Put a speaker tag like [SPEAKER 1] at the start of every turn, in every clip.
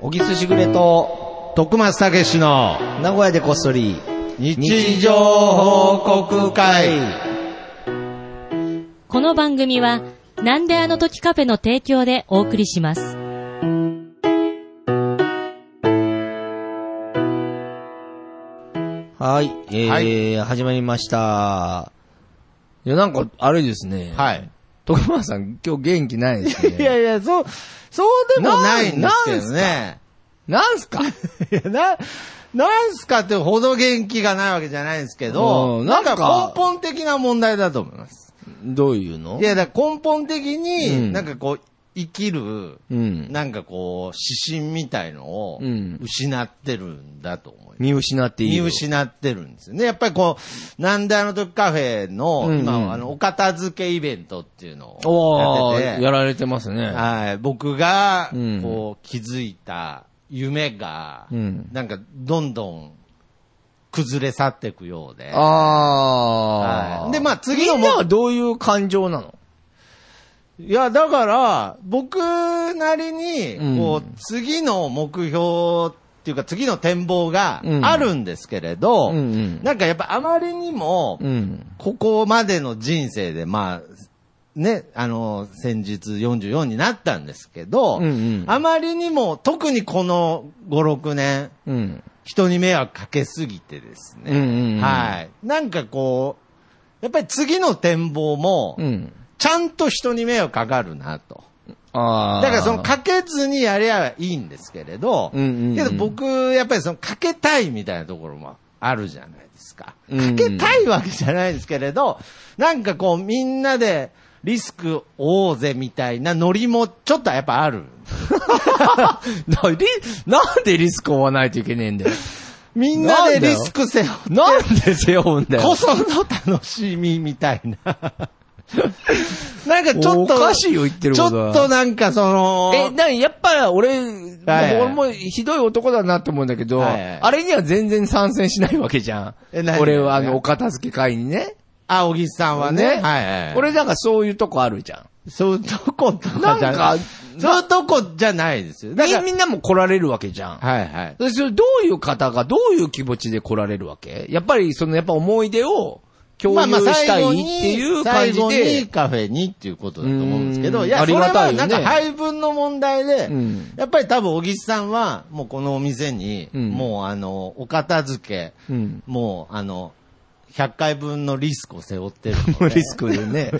[SPEAKER 1] 小木すしぐれと、
[SPEAKER 2] 徳松たけしの
[SPEAKER 1] 名古屋でこっそり、
[SPEAKER 2] 日常報告会。
[SPEAKER 3] この番組は、なんであの時カフェの提供でお送りします。
[SPEAKER 1] はい、えー始まりました。いや、なんか、あれですね。い。
[SPEAKER 2] はい。
[SPEAKER 1] 徳間さん、今日元気ないですね。
[SPEAKER 2] いやいや、そう、そうでもないんですけどね。
[SPEAKER 1] なんすか
[SPEAKER 2] いや、な、なんすかってほど元気がないわけじゃないんですけ
[SPEAKER 1] う
[SPEAKER 2] ど、
[SPEAKER 1] ん
[SPEAKER 2] なん
[SPEAKER 1] なんか
[SPEAKER 2] か根本的な問題だと思います。
[SPEAKER 1] どういうの
[SPEAKER 2] いや、だから根本的
[SPEAKER 1] うん
[SPEAKER 2] に、なんかこう、生きる、
[SPEAKER 1] うん。
[SPEAKER 2] なんかこう、指針みたいのを
[SPEAKER 1] うん
[SPEAKER 2] 失ってるんだと思います。
[SPEAKER 1] 見失っていい
[SPEAKER 2] 見
[SPEAKER 1] よ。
[SPEAKER 2] 失ってるんですよね。やっぱりこう、なんであの時カフェの、
[SPEAKER 1] うんうん
[SPEAKER 2] 今、あの、お片付けイベントっていうの
[SPEAKER 1] お
[SPEAKER 2] を
[SPEAKER 1] ー
[SPEAKER 2] やってて、
[SPEAKER 1] やられてますね。
[SPEAKER 2] はい、僕が、
[SPEAKER 1] うん
[SPEAKER 2] こう、気づいた夢が、
[SPEAKER 1] うん
[SPEAKER 2] なんか、どんどん、崩れ去っていくようで、
[SPEAKER 1] あ
[SPEAKER 2] は
[SPEAKER 1] ー。
[SPEAKER 2] いでまあ次の
[SPEAKER 1] みんなはどういう感情なの
[SPEAKER 2] いや、だから、僕なりに、
[SPEAKER 1] うん
[SPEAKER 2] こう、次の目標っていうか、次の展望が
[SPEAKER 1] うん
[SPEAKER 2] あるんですけれど、
[SPEAKER 1] うんうん
[SPEAKER 2] なんかやっぱあまりにも、
[SPEAKER 1] うん。
[SPEAKER 2] ここまでの人生で、まあ、ね、あの、先日44になったんですけど、
[SPEAKER 1] うんうん
[SPEAKER 2] あまりにも、特にこの5、6年、
[SPEAKER 1] うん。
[SPEAKER 2] 人に迷惑かけすぎてです
[SPEAKER 1] うんう
[SPEAKER 2] ね。
[SPEAKER 1] んうん。
[SPEAKER 2] はい。なんかこう、やっぱり次の展望も、
[SPEAKER 1] うん。
[SPEAKER 2] ちゃんと人に迷惑かかるなと。
[SPEAKER 1] あー。
[SPEAKER 2] だからそのかけずにやりゃいいんですけれど、
[SPEAKER 1] うんうんうん
[SPEAKER 2] けど僕、やっぱりそのかけたいみたいなところもあるじゃないですか。
[SPEAKER 1] うんうん
[SPEAKER 2] かけたいわけじゃないですけれど、なんかこうみんなでリスク負おうぜみたいなノリもちょっとやっぱある。
[SPEAKER 1] なリなんでリスクを負わないといけねえんだよ。
[SPEAKER 2] みんな
[SPEAKER 1] な
[SPEAKER 2] で
[SPEAKER 1] んだよ
[SPEAKER 2] リスク背負って
[SPEAKER 1] なんで背負うんだ
[SPEAKER 2] こ
[SPEAKER 1] よ。
[SPEAKER 2] その楽しみみたいな。 なんかちょっと、
[SPEAKER 1] おかしいよ言ってる
[SPEAKER 2] ちょ
[SPEAKER 1] こ
[SPEAKER 2] っ
[SPEAKER 1] とは
[SPEAKER 2] となんかその、
[SPEAKER 1] え、なに、やっぱ俺、
[SPEAKER 2] はい
[SPEAKER 1] もう俺もひどい男だなって思うんだけど、
[SPEAKER 2] はいはい
[SPEAKER 1] あれには全然参戦しないわけじゃん
[SPEAKER 2] え何。
[SPEAKER 1] 俺はあの、お片付け会にね。
[SPEAKER 2] あ、小木さんはね。はいはいはい。
[SPEAKER 1] 俺なんかそういうとこあるじゃん。
[SPEAKER 2] そういうとことかじゃ
[SPEAKER 1] なんか
[SPEAKER 2] そういうとこじゃないですよ。だから、
[SPEAKER 1] みみんなも来られるわけじゃん。
[SPEAKER 2] はいはい。
[SPEAKER 1] でそれどういう方がどういう気持ちで来られるわけやっぱりそのやっぱ思い出を共有したいっていう感じ
[SPEAKER 2] 最後に
[SPEAKER 1] で。
[SPEAKER 2] カフェにっていうことだと思うんですけ
[SPEAKER 1] う
[SPEAKER 2] ど、
[SPEAKER 1] ん
[SPEAKER 2] いや、
[SPEAKER 1] あ
[SPEAKER 2] そ
[SPEAKER 1] り
[SPEAKER 2] れ
[SPEAKER 1] がた
[SPEAKER 2] はい
[SPEAKER 1] よ
[SPEAKER 2] な
[SPEAKER 1] ね
[SPEAKER 2] んか配分の問題で
[SPEAKER 1] うん、
[SPEAKER 2] やっぱり多分小木さんは、もうこのお店に、
[SPEAKER 1] うん
[SPEAKER 2] もうあの、お片付
[SPEAKER 1] う
[SPEAKER 2] け、
[SPEAKER 1] ん
[SPEAKER 2] もうあの、100回分のリスクを背負ってる
[SPEAKER 1] も
[SPEAKER 2] の
[SPEAKER 1] う
[SPEAKER 2] で
[SPEAKER 1] リ。スクでね。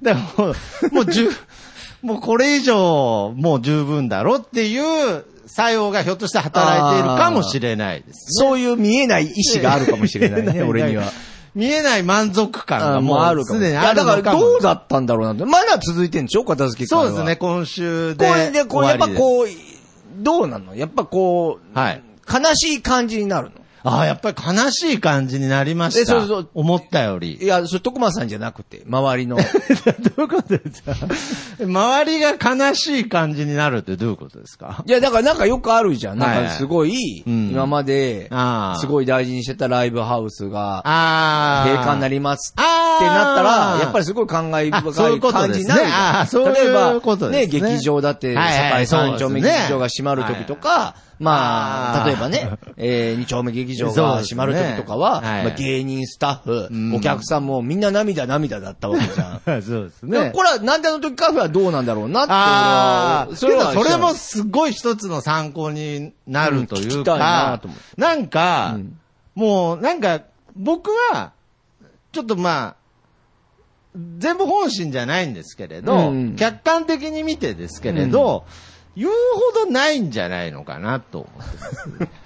[SPEAKER 2] でもう、もう十、 もうこれ以上、もう十分だろっていう作用がひょっとして働いているかもしれないです。
[SPEAKER 1] そういう見えない意志があるかもしれない ね、俺には。。
[SPEAKER 2] 見えない満足感
[SPEAKER 1] あ
[SPEAKER 2] が
[SPEAKER 1] ー
[SPEAKER 2] も
[SPEAKER 1] もう
[SPEAKER 2] う
[SPEAKER 1] あるか
[SPEAKER 2] す
[SPEAKER 1] も。
[SPEAKER 2] で
[SPEAKER 1] い
[SPEAKER 2] に
[SPEAKER 1] や
[SPEAKER 2] ある
[SPEAKER 1] だ
[SPEAKER 2] の
[SPEAKER 1] から
[SPEAKER 2] かも
[SPEAKER 1] どうだったんだろうなって。まだ続いてんでしょ片付け会は
[SPEAKER 2] そうですね、。今週で。
[SPEAKER 1] これで、こう、やっぱ
[SPEAKER 2] う。
[SPEAKER 1] こう、どうなのやっぱこう、
[SPEAKER 2] はい
[SPEAKER 1] 悲しい感じになるの
[SPEAKER 2] ああ、やっぱり悲しい感じになりました。
[SPEAKER 1] えそうそう
[SPEAKER 2] 思ったよ
[SPEAKER 1] い
[SPEAKER 2] り。
[SPEAKER 1] や、それ徳間さんじゃなくて、周りの。
[SPEAKER 2] どういうことですか周りが悲しい感じになるってどういうことですか
[SPEAKER 1] いや、だからなんかよくあるじゃん。
[SPEAKER 2] はい
[SPEAKER 1] なんかすごい、
[SPEAKER 2] うん
[SPEAKER 1] 今まで
[SPEAKER 2] あ、ー
[SPEAKER 1] すごい大事にしてたライブハウスが、
[SPEAKER 2] ああ。
[SPEAKER 1] 閉館になりますって
[SPEAKER 2] あー
[SPEAKER 1] なったら、やっぱりすごい感慨
[SPEAKER 2] あそう
[SPEAKER 1] 深
[SPEAKER 2] いう
[SPEAKER 1] い
[SPEAKER 2] こと
[SPEAKER 1] 感じにな
[SPEAKER 2] ですねあー
[SPEAKER 1] るじ
[SPEAKER 2] そ
[SPEAKER 1] ゃん。
[SPEAKER 2] う
[SPEAKER 1] 例え
[SPEAKER 2] いうこと
[SPEAKER 1] ば、
[SPEAKER 2] で
[SPEAKER 1] ね、
[SPEAKER 2] すね
[SPEAKER 1] 劇場だって、
[SPEAKER 2] はいは
[SPEAKER 1] 堺
[SPEAKER 2] い
[SPEAKER 1] 三丁目
[SPEAKER 2] そうですね
[SPEAKER 1] 劇場が閉まる時とか、ま
[SPEAKER 2] あ
[SPEAKER 1] あ、
[SPEAKER 2] ー
[SPEAKER 1] 例えばね、えー二丁目劇場
[SPEAKER 2] そう
[SPEAKER 1] が
[SPEAKER 2] です
[SPEAKER 1] 閉
[SPEAKER 2] ね
[SPEAKER 1] まる時とかは、
[SPEAKER 2] はい
[SPEAKER 1] まあ芸人、スタッ
[SPEAKER 2] ん
[SPEAKER 1] フ、お客さんもみんな涙涙だったわけじゃん。
[SPEAKER 2] そうです
[SPEAKER 1] でも
[SPEAKER 2] ね。
[SPEAKER 1] これは、なんであの時カフェはどうなんだろうなって
[SPEAKER 2] ああ、
[SPEAKER 1] それは
[SPEAKER 2] けどそれもすごい一つの参考になるという
[SPEAKER 1] うん聞きたいな
[SPEAKER 2] か
[SPEAKER 1] と思、
[SPEAKER 2] なんか、
[SPEAKER 1] ん
[SPEAKER 2] もうなんか、僕は、ちょっとまあ、全部本心じゃないんですけれど、
[SPEAKER 1] うん
[SPEAKER 2] 客観的に見てですけれど、言うほどないんじゃないのかなと思って。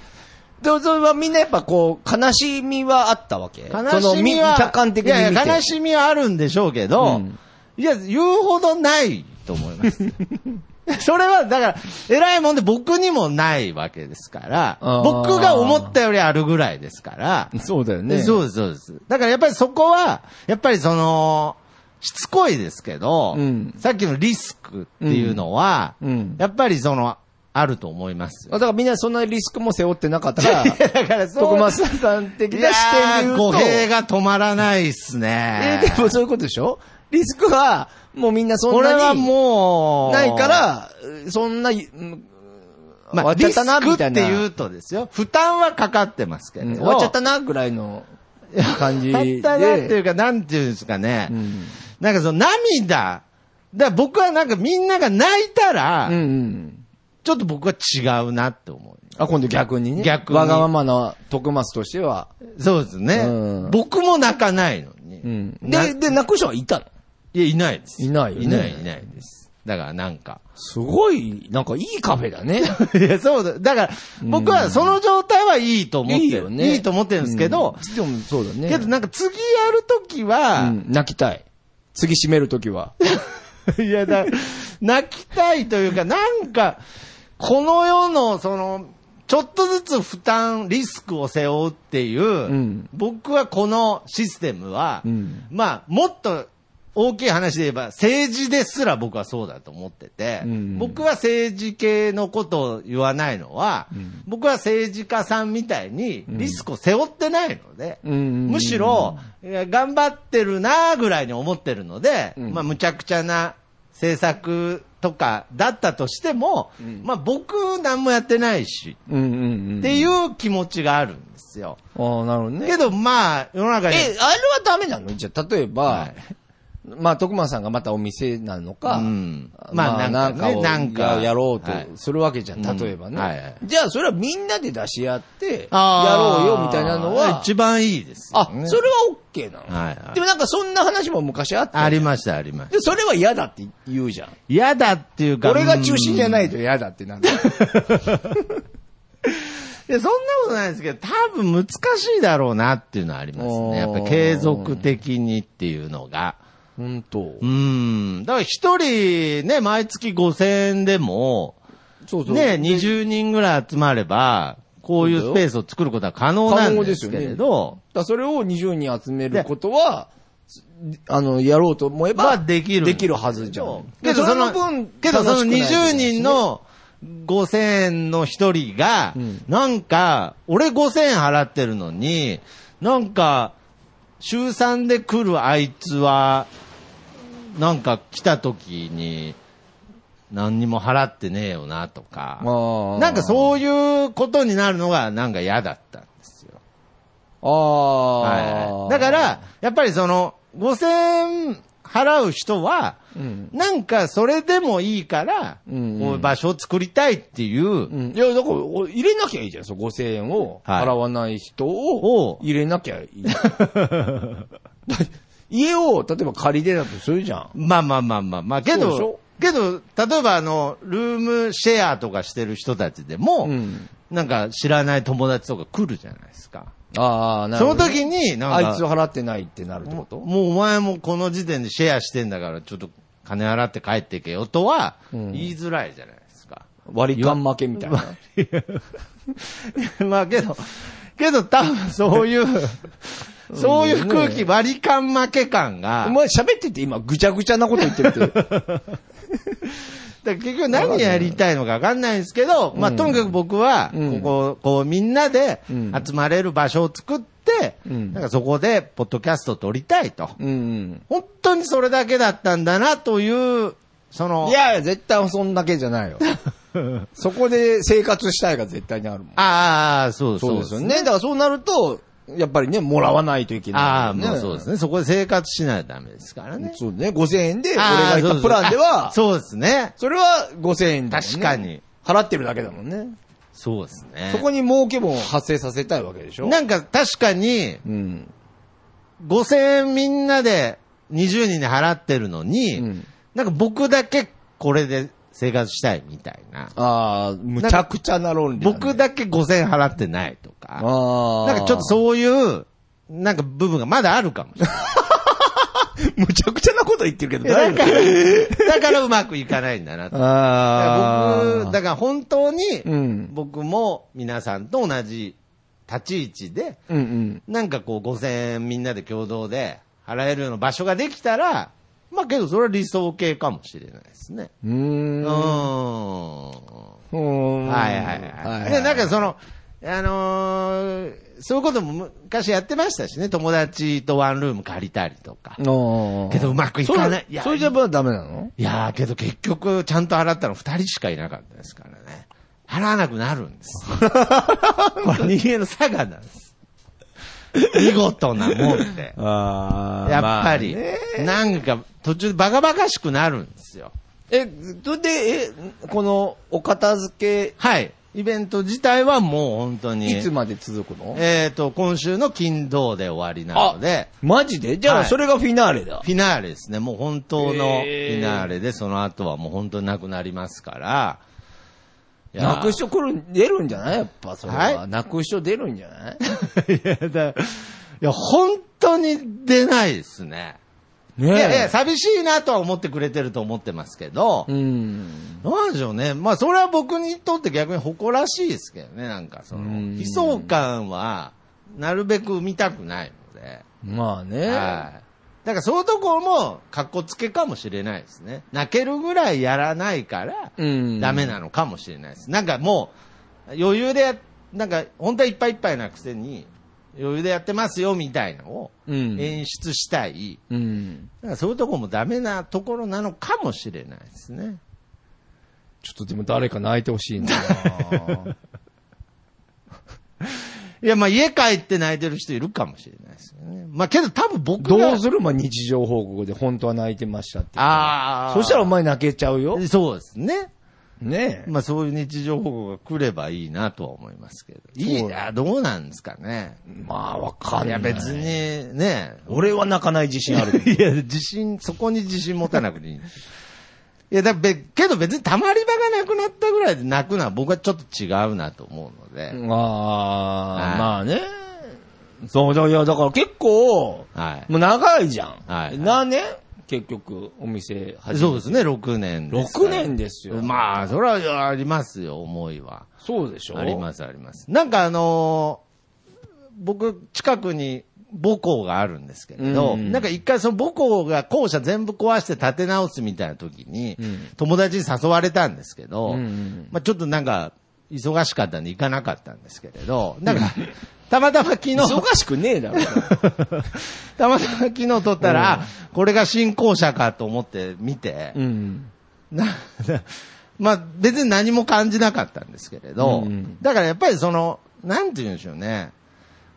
[SPEAKER 1] でもそれはみんなやっぱこう、悲しみはあったわけ
[SPEAKER 2] 悲
[SPEAKER 1] その
[SPEAKER 2] しみ
[SPEAKER 1] み
[SPEAKER 2] は、
[SPEAKER 1] 客観的に
[SPEAKER 2] い
[SPEAKER 1] 見て。
[SPEAKER 2] やいや、悲しみはあるんでしょうけど、
[SPEAKER 1] うん
[SPEAKER 2] いや、言うほどないと思い ます。それは、だから、偉いもんで僕にもないわけですから、
[SPEAKER 1] あー
[SPEAKER 2] 僕が思ったよりあるぐらいですから、
[SPEAKER 1] そうだよ
[SPEAKER 2] そうです、そうです。だからやっぱりそこは、やっぱりその、しつこいですけど、
[SPEAKER 1] うん
[SPEAKER 2] さっきのリスクっていうのは、
[SPEAKER 1] うんうん
[SPEAKER 2] やっぱりその、あると思いますよ。
[SPEAKER 1] だからみんなそんなリスクも背負ってなかったから、
[SPEAKER 2] だからそう
[SPEAKER 1] 徳松さん的
[SPEAKER 2] い
[SPEAKER 1] な
[SPEAKER 2] や
[SPEAKER 1] 視点で言う
[SPEAKER 2] ー語
[SPEAKER 1] と、
[SPEAKER 2] 弊が止まらないっすね
[SPEAKER 1] え。ーでもそういうことでしょリスクは、もうみんなそん
[SPEAKER 2] これ
[SPEAKER 1] な
[SPEAKER 2] は
[SPEAKER 1] に
[SPEAKER 2] もう、
[SPEAKER 1] ないか、ら、そんな、うん終
[SPEAKER 2] ま
[SPEAKER 1] わ
[SPEAKER 2] あ、
[SPEAKER 1] っちゃ
[SPEAKER 2] リ
[SPEAKER 1] ったな
[SPEAKER 2] スク
[SPEAKER 1] み
[SPEAKER 2] った
[SPEAKER 1] い
[SPEAKER 2] て
[SPEAKER 1] な
[SPEAKER 2] 言うとですよ。負担はかかってますけれ
[SPEAKER 1] うん
[SPEAKER 2] ど。
[SPEAKER 1] 終わっちゃったなぐらいの感じ
[SPEAKER 2] た
[SPEAKER 1] で。
[SPEAKER 2] ったなっていうか、なんていうんですかね。
[SPEAKER 1] うん
[SPEAKER 2] なんかその涙、だから僕はなんかみんなが泣いたら、
[SPEAKER 1] うんうん。
[SPEAKER 2] ちょっと僕は違うなって思
[SPEAKER 1] あ、今度逆にね。
[SPEAKER 2] 逆に
[SPEAKER 1] わがままな徳松としては。
[SPEAKER 2] う。そうですね。
[SPEAKER 1] うん
[SPEAKER 2] 僕も泣かないのに。
[SPEAKER 1] うん。
[SPEAKER 2] な
[SPEAKER 1] で、で、泣く人はいたの
[SPEAKER 2] いや、いないです。
[SPEAKER 1] いないよね
[SPEAKER 2] いない、いないです。だからなんか。
[SPEAKER 1] すごい、なんかいいカフェだね。
[SPEAKER 2] いや、そうだ。だから、僕はその状態はいいと思ってる。
[SPEAKER 1] いいよね。
[SPEAKER 2] いいと思ってるんですけど、
[SPEAKER 1] うんでもそうだね。
[SPEAKER 2] けどなんか次やるときは、
[SPEAKER 1] うん泣きたい。次締めるときは。
[SPEAKER 2] いやだ、泣きたいというか、なんか、この世の、その、ちょっとずつ負担、リスクを背負うっていう、
[SPEAKER 1] ん
[SPEAKER 2] 僕はこのシステムは、
[SPEAKER 1] うん
[SPEAKER 2] まあ、もっと大きい話で言えば、政治ですら僕はそうだと思ってて、
[SPEAKER 1] うん
[SPEAKER 2] 僕は政治系のことを言わないのは、僕は政治家さんみたいにリスクを背負ってないので、
[SPEAKER 1] うん
[SPEAKER 2] むしろ、いや頑張ってるなぐらいに思ってるので、
[SPEAKER 1] ん
[SPEAKER 2] まあ、むちゃくちゃな政策とかだったとしても、まあ、僕、何もやってないし、
[SPEAKER 1] うんうんうん。
[SPEAKER 2] っていう気持ちがあるんですよ。
[SPEAKER 1] ああ、なるほどね。
[SPEAKER 2] けど、まあ、世の中に。
[SPEAKER 1] え、あれはダメなのじゃあ、例えば、
[SPEAKER 2] はい
[SPEAKER 1] まあ、徳間さんがまたお店なのか、
[SPEAKER 2] うん
[SPEAKER 1] ま
[SPEAKER 2] ま
[SPEAKER 1] あ、
[SPEAKER 2] あ
[SPEAKER 1] な
[SPEAKER 2] なんん
[SPEAKER 1] か
[SPEAKER 2] かね
[SPEAKER 1] を
[SPEAKER 2] なんか
[SPEAKER 1] ややろうと
[SPEAKER 2] はい
[SPEAKER 1] するわけじゃん、
[SPEAKER 2] うん
[SPEAKER 1] 例えばね、
[SPEAKER 2] はいはい
[SPEAKER 1] じゃあ、それはみんなで出し合って、や
[SPEAKER 2] あー
[SPEAKER 1] ろうよ、みたいなのは、
[SPEAKER 2] 一番いいですよ
[SPEAKER 1] あ、
[SPEAKER 2] ね、
[SPEAKER 1] それは OK なの、
[SPEAKER 2] はいはい
[SPEAKER 1] でもなんか、そんな話も昔あった
[SPEAKER 2] あり
[SPEAKER 1] じゃん
[SPEAKER 2] ました、ありました。
[SPEAKER 1] で、それは嫌だって言うじゃん。
[SPEAKER 2] 嫌だっていうか。
[SPEAKER 1] 俺が中心じゃ
[SPEAKER 2] い。
[SPEAKER 1] ないと嫌だってなんだ。
[SPEAKER 2] いや、そんなことないですけど、多分難しいだろうなっていうのはありますね。やっぱり継続的にっていうのが。
[SPEAKER 1] 本当。
[SPEAKER 2] うん。だから一人ね、毎月5000円でも、
[SPEAKER 1] そうそう。
[SPEAKER 2] ね、20人ぐらい集まれば、こういうスペースを作ることは可能なんですけれど、
[SPEAKER 1] だからそれを20人集めることは、あの、やろうと思えば、
[SPEAKER 2] まあできるんです
[SPEAKER 1] で
[SPEAKER 2] けど。
[SPEAKER 1] きるはずじゃん。
[SPEAKER 2] けどその、けどその20人、の5000円の一人が、
[SPEAKER 1] うん
[SPEAKER 2] なんか、俺5000円払ってるのに、なんか、週3で来るあいつは、なんか来た時に、何にも払ってねえよなとか、なんか
[SPEAKER 1] う。
[SPEAKER 2] そういうことになるのがなんか嫌だったんですよ。
[SPEAKER 1] ああ、
[SPEAKER 2] はい、だか、ら、やっぱりその、5000円払う人は、
[SPEAKER 1] うん。
[SPEAKER 2] なんかそれでもいいから、
[SPEAKER 1] うんうん
[SPEAKER 2] こういう場所を作りたいっていう
[SPEAKER 1] う、ん、いや、だから、お入れなきゃいいじゃん。そう、5000円を
[SPEAKER 2] はい
[SPEAKER 1] 払わない人
[SPEAKER 2] を
[SPEAKER 1] を入れなきゃ いい。家を、例えば借りてだとするじゃん。
[SPEAKER 2] まあまあまあまあまあ、け
[SPEAKER 1] そうでしょ
[SPEAKER 2] ど、けど、例えばあの、ルームシェアとかしてる人たちでも、
[SPEAKER 1] うん
[SPEAKER 2] なんか知らない友達とか来るじゃないですか。
[SPEAKER 1] ああ、なる
[SPEAKER 2] そ
[SPEAKER 1] ほ
[SPEAKER 2] の
[SPEAKER 1] どね、
[SPEAKER 2] 時に、なんか、
[SPEAKER 1] あいつ払ってないってなるってこと
[SPEAKER 2] もうお前もこの時点でシェアしてんだから、ちょっと金払って帰ってけよとは、
[SPEAKER 1] ん
[SPEAKER 2] 言いづらいじゃないですか。
[SPEAKER 1] 割り勘負けみたいな。
[SPEAKER 2] まあけど、けど多分そう いう、そういう空気、割り勘負け感が、
[SPEAKER 1] お前喋ってて今ぐちゃぐちゃなこと言ってる けど。
[SPEAKER 2] だから結局何やりたいのか分かんないんですけど、まあ、とにかく僕は、
[SPEAKER 1] うん
[SPEAKER 2] ここ、こう、みんなで
[SPEAKER 1] ん
[SPEAKER 2] 集まれる場所を作って、
[SPEAKER 1] うん
[SPEAKER 2] なんかそこで、ポッドキャストを撮りたいと。
[SPEAKER 1] うん。
[SPEAKER 2] 本当にそれだけだったんだな、という、その、
[SPEAKER 1] いやいや、絶対そんだけじゃない よ。そこで生活したいが絶対にあるもん。
[SPEAKER 2] ああ、そう
[SPEAKER 1] そう
[SPEAKER 2] そう
[SPEAKER 1] ですよね。だからそうなると、やっぱりね、もらわないといけない、
[SPEAKER 2] ああ、もうそうです
[SPEAKER 1] ね。
[SPEAKER 2] ね。そこで生活しないとダメですからね。
[SPEAKER 1] そうね。5000円で、俺
[SPEAKER 2] あ
[SPEAKER 1] が
[SPEAKER 2] あ
[SPEAKER 1] 行ったプランでは、そ
[SPEAKER 2] そうですね。
[SPEAKER 1] れは5000円だもんね。
[SPEAKER 2] 確かに。
[SPEAKER 1] 払ってるだけだもんね。
[SPEAKER 2] そうですね。
[SPEAKER 1] そこに儲けも発生させたいわけでしょ
[SPEAKER 2] なんか確かに、
[SPEAKER 1] うん。
[SPEAKER 2] 5000円みんなで20人で払ってるのに、
[SPEAKER 1] うん
[SPEAKER 2] なんか僕だけこれで生活したいみたいな。
[SPEAKER 1] ああ、むちゃくちゃな論理だ、ね。
[SPEAKER 2] 僕だけ5000円払ってないとか。
[SPEAKER 1] ああ。
[SPEAKER 2] なんかちょっとそういう、なんか部分がまだあるかもしれ ない。
[SPEAKER 1] むちゃくちゃなこと言ってるけど、
[SPEAKER 2] だ
[SPEAKER 1] 大
[SPEAKER 2] か
[SPEAKER 1] 丈
[SPEAKER 2] ら、だからうまくいかないんだな
[SPEAKER 1] 夫
[SPEAKER 2] と。だか
[SPEAKER 1] あ
[SPEAKER 2] ら僕、だから本当に
[SPEAKER 1] うん、
[SPEAKER 2] 僕も皆さんと同じ立ち位置で、
[SPEAKER 1] うんうん。
[SPEAKER 2] なんかこう5000円みんなで共同で払えるような場所ができたら、まあけどそれは理想系かもしれないですね。
[SPEAKER 1] うー。
[SPEAKER 2] うんーん。
[SPEAKER 1] うん
[SPEAKER 2] はいはいはい。で、なんかその、あのーそういうことも昔やってましたしね、友達とワンルーム借りたりとか。
[SPEAKER 1] の
[SPEAKER 2] けどうまくいかない。いや
[SPEAKER 1] それじゃまあダメなの
[SPEAKER 2] いやーけど結局ちゃんと払ったの2人しかいなかったですからね。払わなくなるんです。 これ人間の差がなんです。見事なもんで。
[SPEAKER 1] あ
[SPEAKER 2] やっぱり、なんか途中でバカバカしくなるんですよ。
[SPEAKER 1] え、それで、え、この、お片付
[SPEAKER 2] はい。イベント自体はもう本当
[SPEAKER 1] け、
[SPEAKER 2] に。
[SPEAKER 1] いつまで続くの
[SPEAKER 2] えっ、と、今週の金土で終わりなので、
[SPEAKER 1] マジでじゃ
[SPEAKER 2] は
[SPEAKER 1] あ、
[SPEAKER 2] い
[SPEAKER 1] それがフィナーレだ。
[SPEAKER 2] フィナーレですね。もう本当のフ
[SPEAKER 1] へー
[SPEAKER 2] ィナーレで、その後はもう本当になくなりますから。いや
[SPEAKER 1] 泣く人来る、出るんじゃないやっぱ、それは。
[SPEAKER 2] はい
[SPEAKER 1] 泣く人出るんじゃない
[SPEAKER 2] いや、だいや、本当に出ないですね。
[SPEAKER 1] ねえ。
[SPEAKER 2] いやいや、寂しいなとは思ってくれてると思ってますけど
[SPEAKER 1] う、ん。
[SPEAKER 2] なんでしょうね。まあ、それは僕にとって逆に誇らしいですけどね、なんかその、
[SPEAKER 1] うん
[SPEAKER 2] 悲壮感は、なるべく見たくないので。
[SPEAKER 1] まあね。
[SPEAKER 2] はい。だからそういうところも、かっこつけかもしれないですね。泣けるぐらいやらないから、
[SPEAKER 1] うん
[SPEAKER 2] ダメなのかもしれないです。なんかもう、余裕でや、なんか、本当はいっぱいいっぱいなくせに、余裕でやってますよ、みたいのを、
[SPEAKER 1] うん
[SPEAKER 2] 演出したい。
[SPEAKER 1] うん。
[SPEAKER 2] だからそういうところもダメなところなのかもしれないですね。
[SPEAKER 1] ちょっとでも誰か泣いてほしいんだな
[SPEAKER 2] いや、まあ、家帰って泣いてる人いるかもしれないですよね。まあ、けど多分僕が
[SPEAKER 1] どうするまあ、日常報告で本当は泣いてましたって。
[SPEAKER 2] ああ。
[SPEAKER 1] そしたらお前泣けちゃうよ。
[SPEAKER 2] そうですね。
[SPEAKER 1] ねえ。
[SPEAKER 2] まあそういう日常報告が来ればいいなとは思いますけど。いい
[SPEAKER 1] そう
[SPEAKER 2] な、どうなんですかね。
[SPEAKER 1] まあ、わかんない。
[SPEAKER 2] いや別に。ね。
[SPEAKER 1] 俺は泣かない自信あ る。
[SPEAKER 2] いや、自信、そこに自信持たなくていい。いや、だべ、けど別に溜まり場がなくなったぐらいで泣くのは僕はちょっと違うなと思うので。
[SPEAKER 1] あ
[SPEAKER 2] は
[SPEAKER 1] あ、
[SPEAKER 2] い
[SPEAKER 1] まあね。そう、だいやだから結構、
[SPEAKER 2] はい
[SPEAKER 1] もう長いじゃん。
[SPEAKER 2] はい
[SPEAKER 1] 何年結局、お店始めて
[SPEAKER 2] そうですね、6年ですから
[SPEAKER 1] 6年ですよ
[SPEAKER 2] まあ、それはありますよ、思いは。
[SPEAKER 1] そうでしょ
[SPEAKER 2] あります、あります。なんかあのー僕、近くに母校があるんですけれど、
[SPEAKER 1] うん
[SPEAKER 2] なんか一回その母校が校舎全部壊して建て直すみたいな時に、友達に誘われたんですけど、
[SPEAKER 1] ん
[SPEAKER 2] まあちょっとなんか、忙しかったんで行かなかったんですけれど、なんか、たまたま昨日、
[SPEAKER 1] 忙しくねえだろ。
[SPEAKER 2] たまたま昨日撮ったら、あこれが新校舎かと思って見て、
[SPEAKER 1] うん。
[SPEAKER 2] な、 なまあ別に何も感じなかったんですけれど、
[SPEAKER 1] うん
[SPEAKER 2] だからやっぱりその、なんて言うんでしょうね。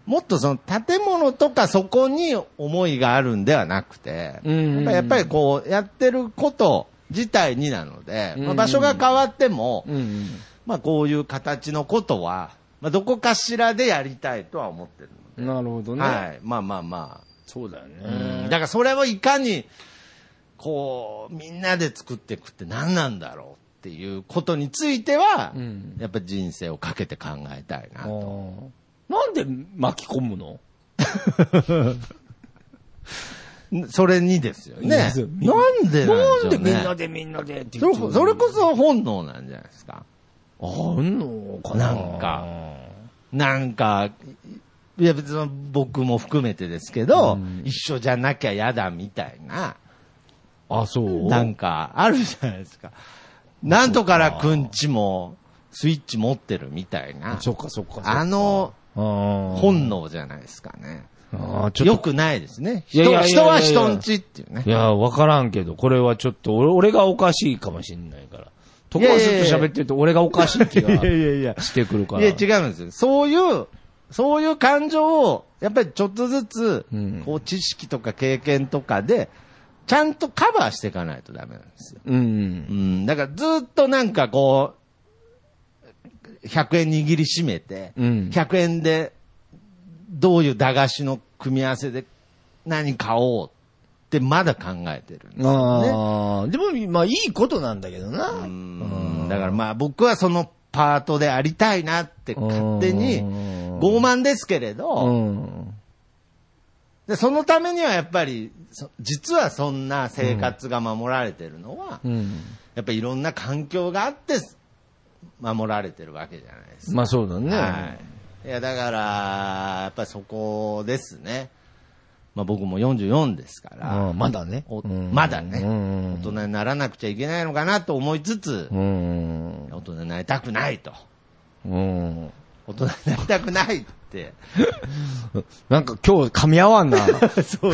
[SPEAKER 2] もっとその建物とかそこに思いがあるんではなくて、
[SPEAKER 1] うんうんうん
[SPEAKER 2] やっぱりやっぱりこうやってること自体になので、
[SPEAKER 1] うんうん
[SPEAKER 2] まあ場所が変わっても、
[SPEAKER 1] うん。
[SPEAKER 2] まあこういう形のことは、まあどこかしらでやりたいとは思ってる
[SPEAKER 1] なるほど
[SPEAKER 2] の
[SPEAKER 1] ね。
[SPEAKER 2] で、はい。まあまあまあ、
[SPEAKER 1] そうだよ
[SPEAKER 2] うんだ
[SPEAKER 1] ね。
[SPEAKER 2] からそれをいかに、こう、みんなで作っていくって何なんだろうっていうことについては、
[SPEAKER 1] うん
[SPEAKER 2] やっぱ人生をかけて考えたい
[SPEAKER 1] あ
[SPEAKER 2] なと。
[SPEAKER 1] ーなんで巻き込むの
[SPEAKER 2] それにですよね。
[SPEAKER 1] い
[SPEAKER 2] な
[SPEAKER 1] や
[SPEAKER 2] ん
[SPEAKER 1] そう
[SPEAKER 2] でなんでしょ
[SPEAKER 1] な
[SPEAKER 2] うんね
[SPEAKER 1] でみんなでみんなでって
[SPEAKER 2] そ
[SPEAKER 1] 言
[SPEAKER 2] れ
[SPEAKER 1] っちゃうの
[SPEAKER 2] それこそ本能なんじゃないですか。
[SPEAKER 1] あんのかな
[SPEAKER 2] なんかなんか、いや別に僕も含めてですけど、一緒じゃなきゃ嫌だみたいな、
[SPEAKER 1] あ、そう
[SPEAKER 2] なんかあるじゃないですか。なんとからくんちもスイッチ持ってるみたいな。
[SPEAKER 1] そっかそっかそっか。
[SPEAKER 2] あの、
[SPEAKER 1] 本
[SPEAKER 2] 本能じゃないですかね。
[SPEAKER 1] ああ、ちょ
[SPEAKER 2] よ
[SPEAKER 1] っと。
[SPEAKER 2] くないですね。
[SPEAKER 1] いやい
[SPEAKER 2] 人
[SPEAKER 1] や
[SPEAKER 2] は
[SPEAKER 1] や
[SPEAKER 2] い人
[SPEAKER 1] いや
[SPEAKER 2] は人んちっていうね
[SPEAKER 1] い。や、わからんけど、これはちょっと、俺俺がおかしいかもしんないから。ところずっと喋ってると、俺がおかしい気が
[SPEAKER 2] いやいやいや
[SPEAKER 1] してくるから。
[SPEAKER 2] いや、違うんですよ。そういう、そういう感情を、やっぱりちょっとずつ、
[SPEAKER 1] うん
[SPEAKER 2] こう知識とか経験とかで、ちゃんとカバーしていかないとダメなんですよ。
[SPEAKER 1] うん
[SPEAKER 2] う。ん。だからずっとなんかこう、100円握りしめて、
[SPEAKER 1] うん
[SPEAKER 2] 100円でどういう駄菓子の組み合わせで何買おうってまだ考えてるんですよね。
[SPEAKER 1] ああ、でも、まあ、いいことなんだけどな。
[SPEAKER 2] うんだからまあ僕はそのパートでありたいなって勝手に
[SPEAKER 1] うん
[SPEAKER 2] 傲慢ですけれ
[SPEAKER 1] う
[SPEAKER 2] ど、
[SPEAKER 1] ん。
[SPEAKER 2] でそのためにはやっぱり、そ実はそんな生活が守られてるのは、
[SPEAKER 1] うん。
[SPEAKER 2] やっぱりいろんな環境があって守られてるわけじゃないですか。
[SPEAKER 1] まあ、そうだね。
[SPEAKER 2] はい。いやだから、やっぱりそこですね。まあ僕も44ですから、
[SPEAKER 1] うんまだね。
[SPEAKER 2] お
[SPEAKER 1] うん
[SPEAKER 2] まだね、
[SPEAKER 1] うん
[SPEAKER 2] 大人にならなくちゃいけないのかなと思いつつ
[SPEAKER 1] う、ん。
[SPEAKER 2] 大人になりたくないと。
[SPEAKER 1] うん。
[SPEAKER 2] 大人になりたくない って。
[SPEAKER 1] なんか今日噛み合わ んな。
[SPEAKER 2] そうです、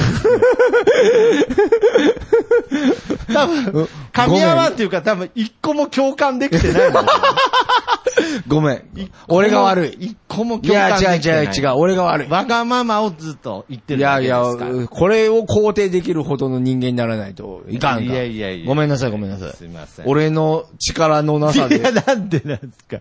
[SPEAKER 2] 多分、噛み合わんっていうか多分一個も共感できてないんだよ
[SPEAKER 1] ごめん。俺が悪い。
[SPEAKER 2] 一個も
[SPEAKER 1] い
[SPEAKER 2] 共
[SPEAKER 1] や、
[SPEAKER 2] 感
[SPEAKER 1] 違う
[SPEAKER 2] できてな
[SPEAKER 1] 違う
[SPEAKER 2] い。
[SPEAKER 1] 違う。。俺が悪い。
[SPEAKER 2] わがままをずっと言って
[SPEAKER 1] い
[SPEAKER 2] る
[SPEAKER 1] や
[SPEAKER 2] だけ
[SPEAKER 1] い
[SPEAKER 2] です
[SPEAKER 1] や
[SPEAKER 2] から。、
[SPEAKER 1] これを肯定できるほどの人間にならないといかんか。
[SPEAKER 2] いやいやいや
[SPEAKER 1] ごめんなさい、ごめんなさい。
[SPEAKER 2] すいません
[SPEAKER 1] 俺の力のなさ
[SPEAKER 2] い
[SPEAKER 1] で
[SPEAKER 2] や、なんでなんですか。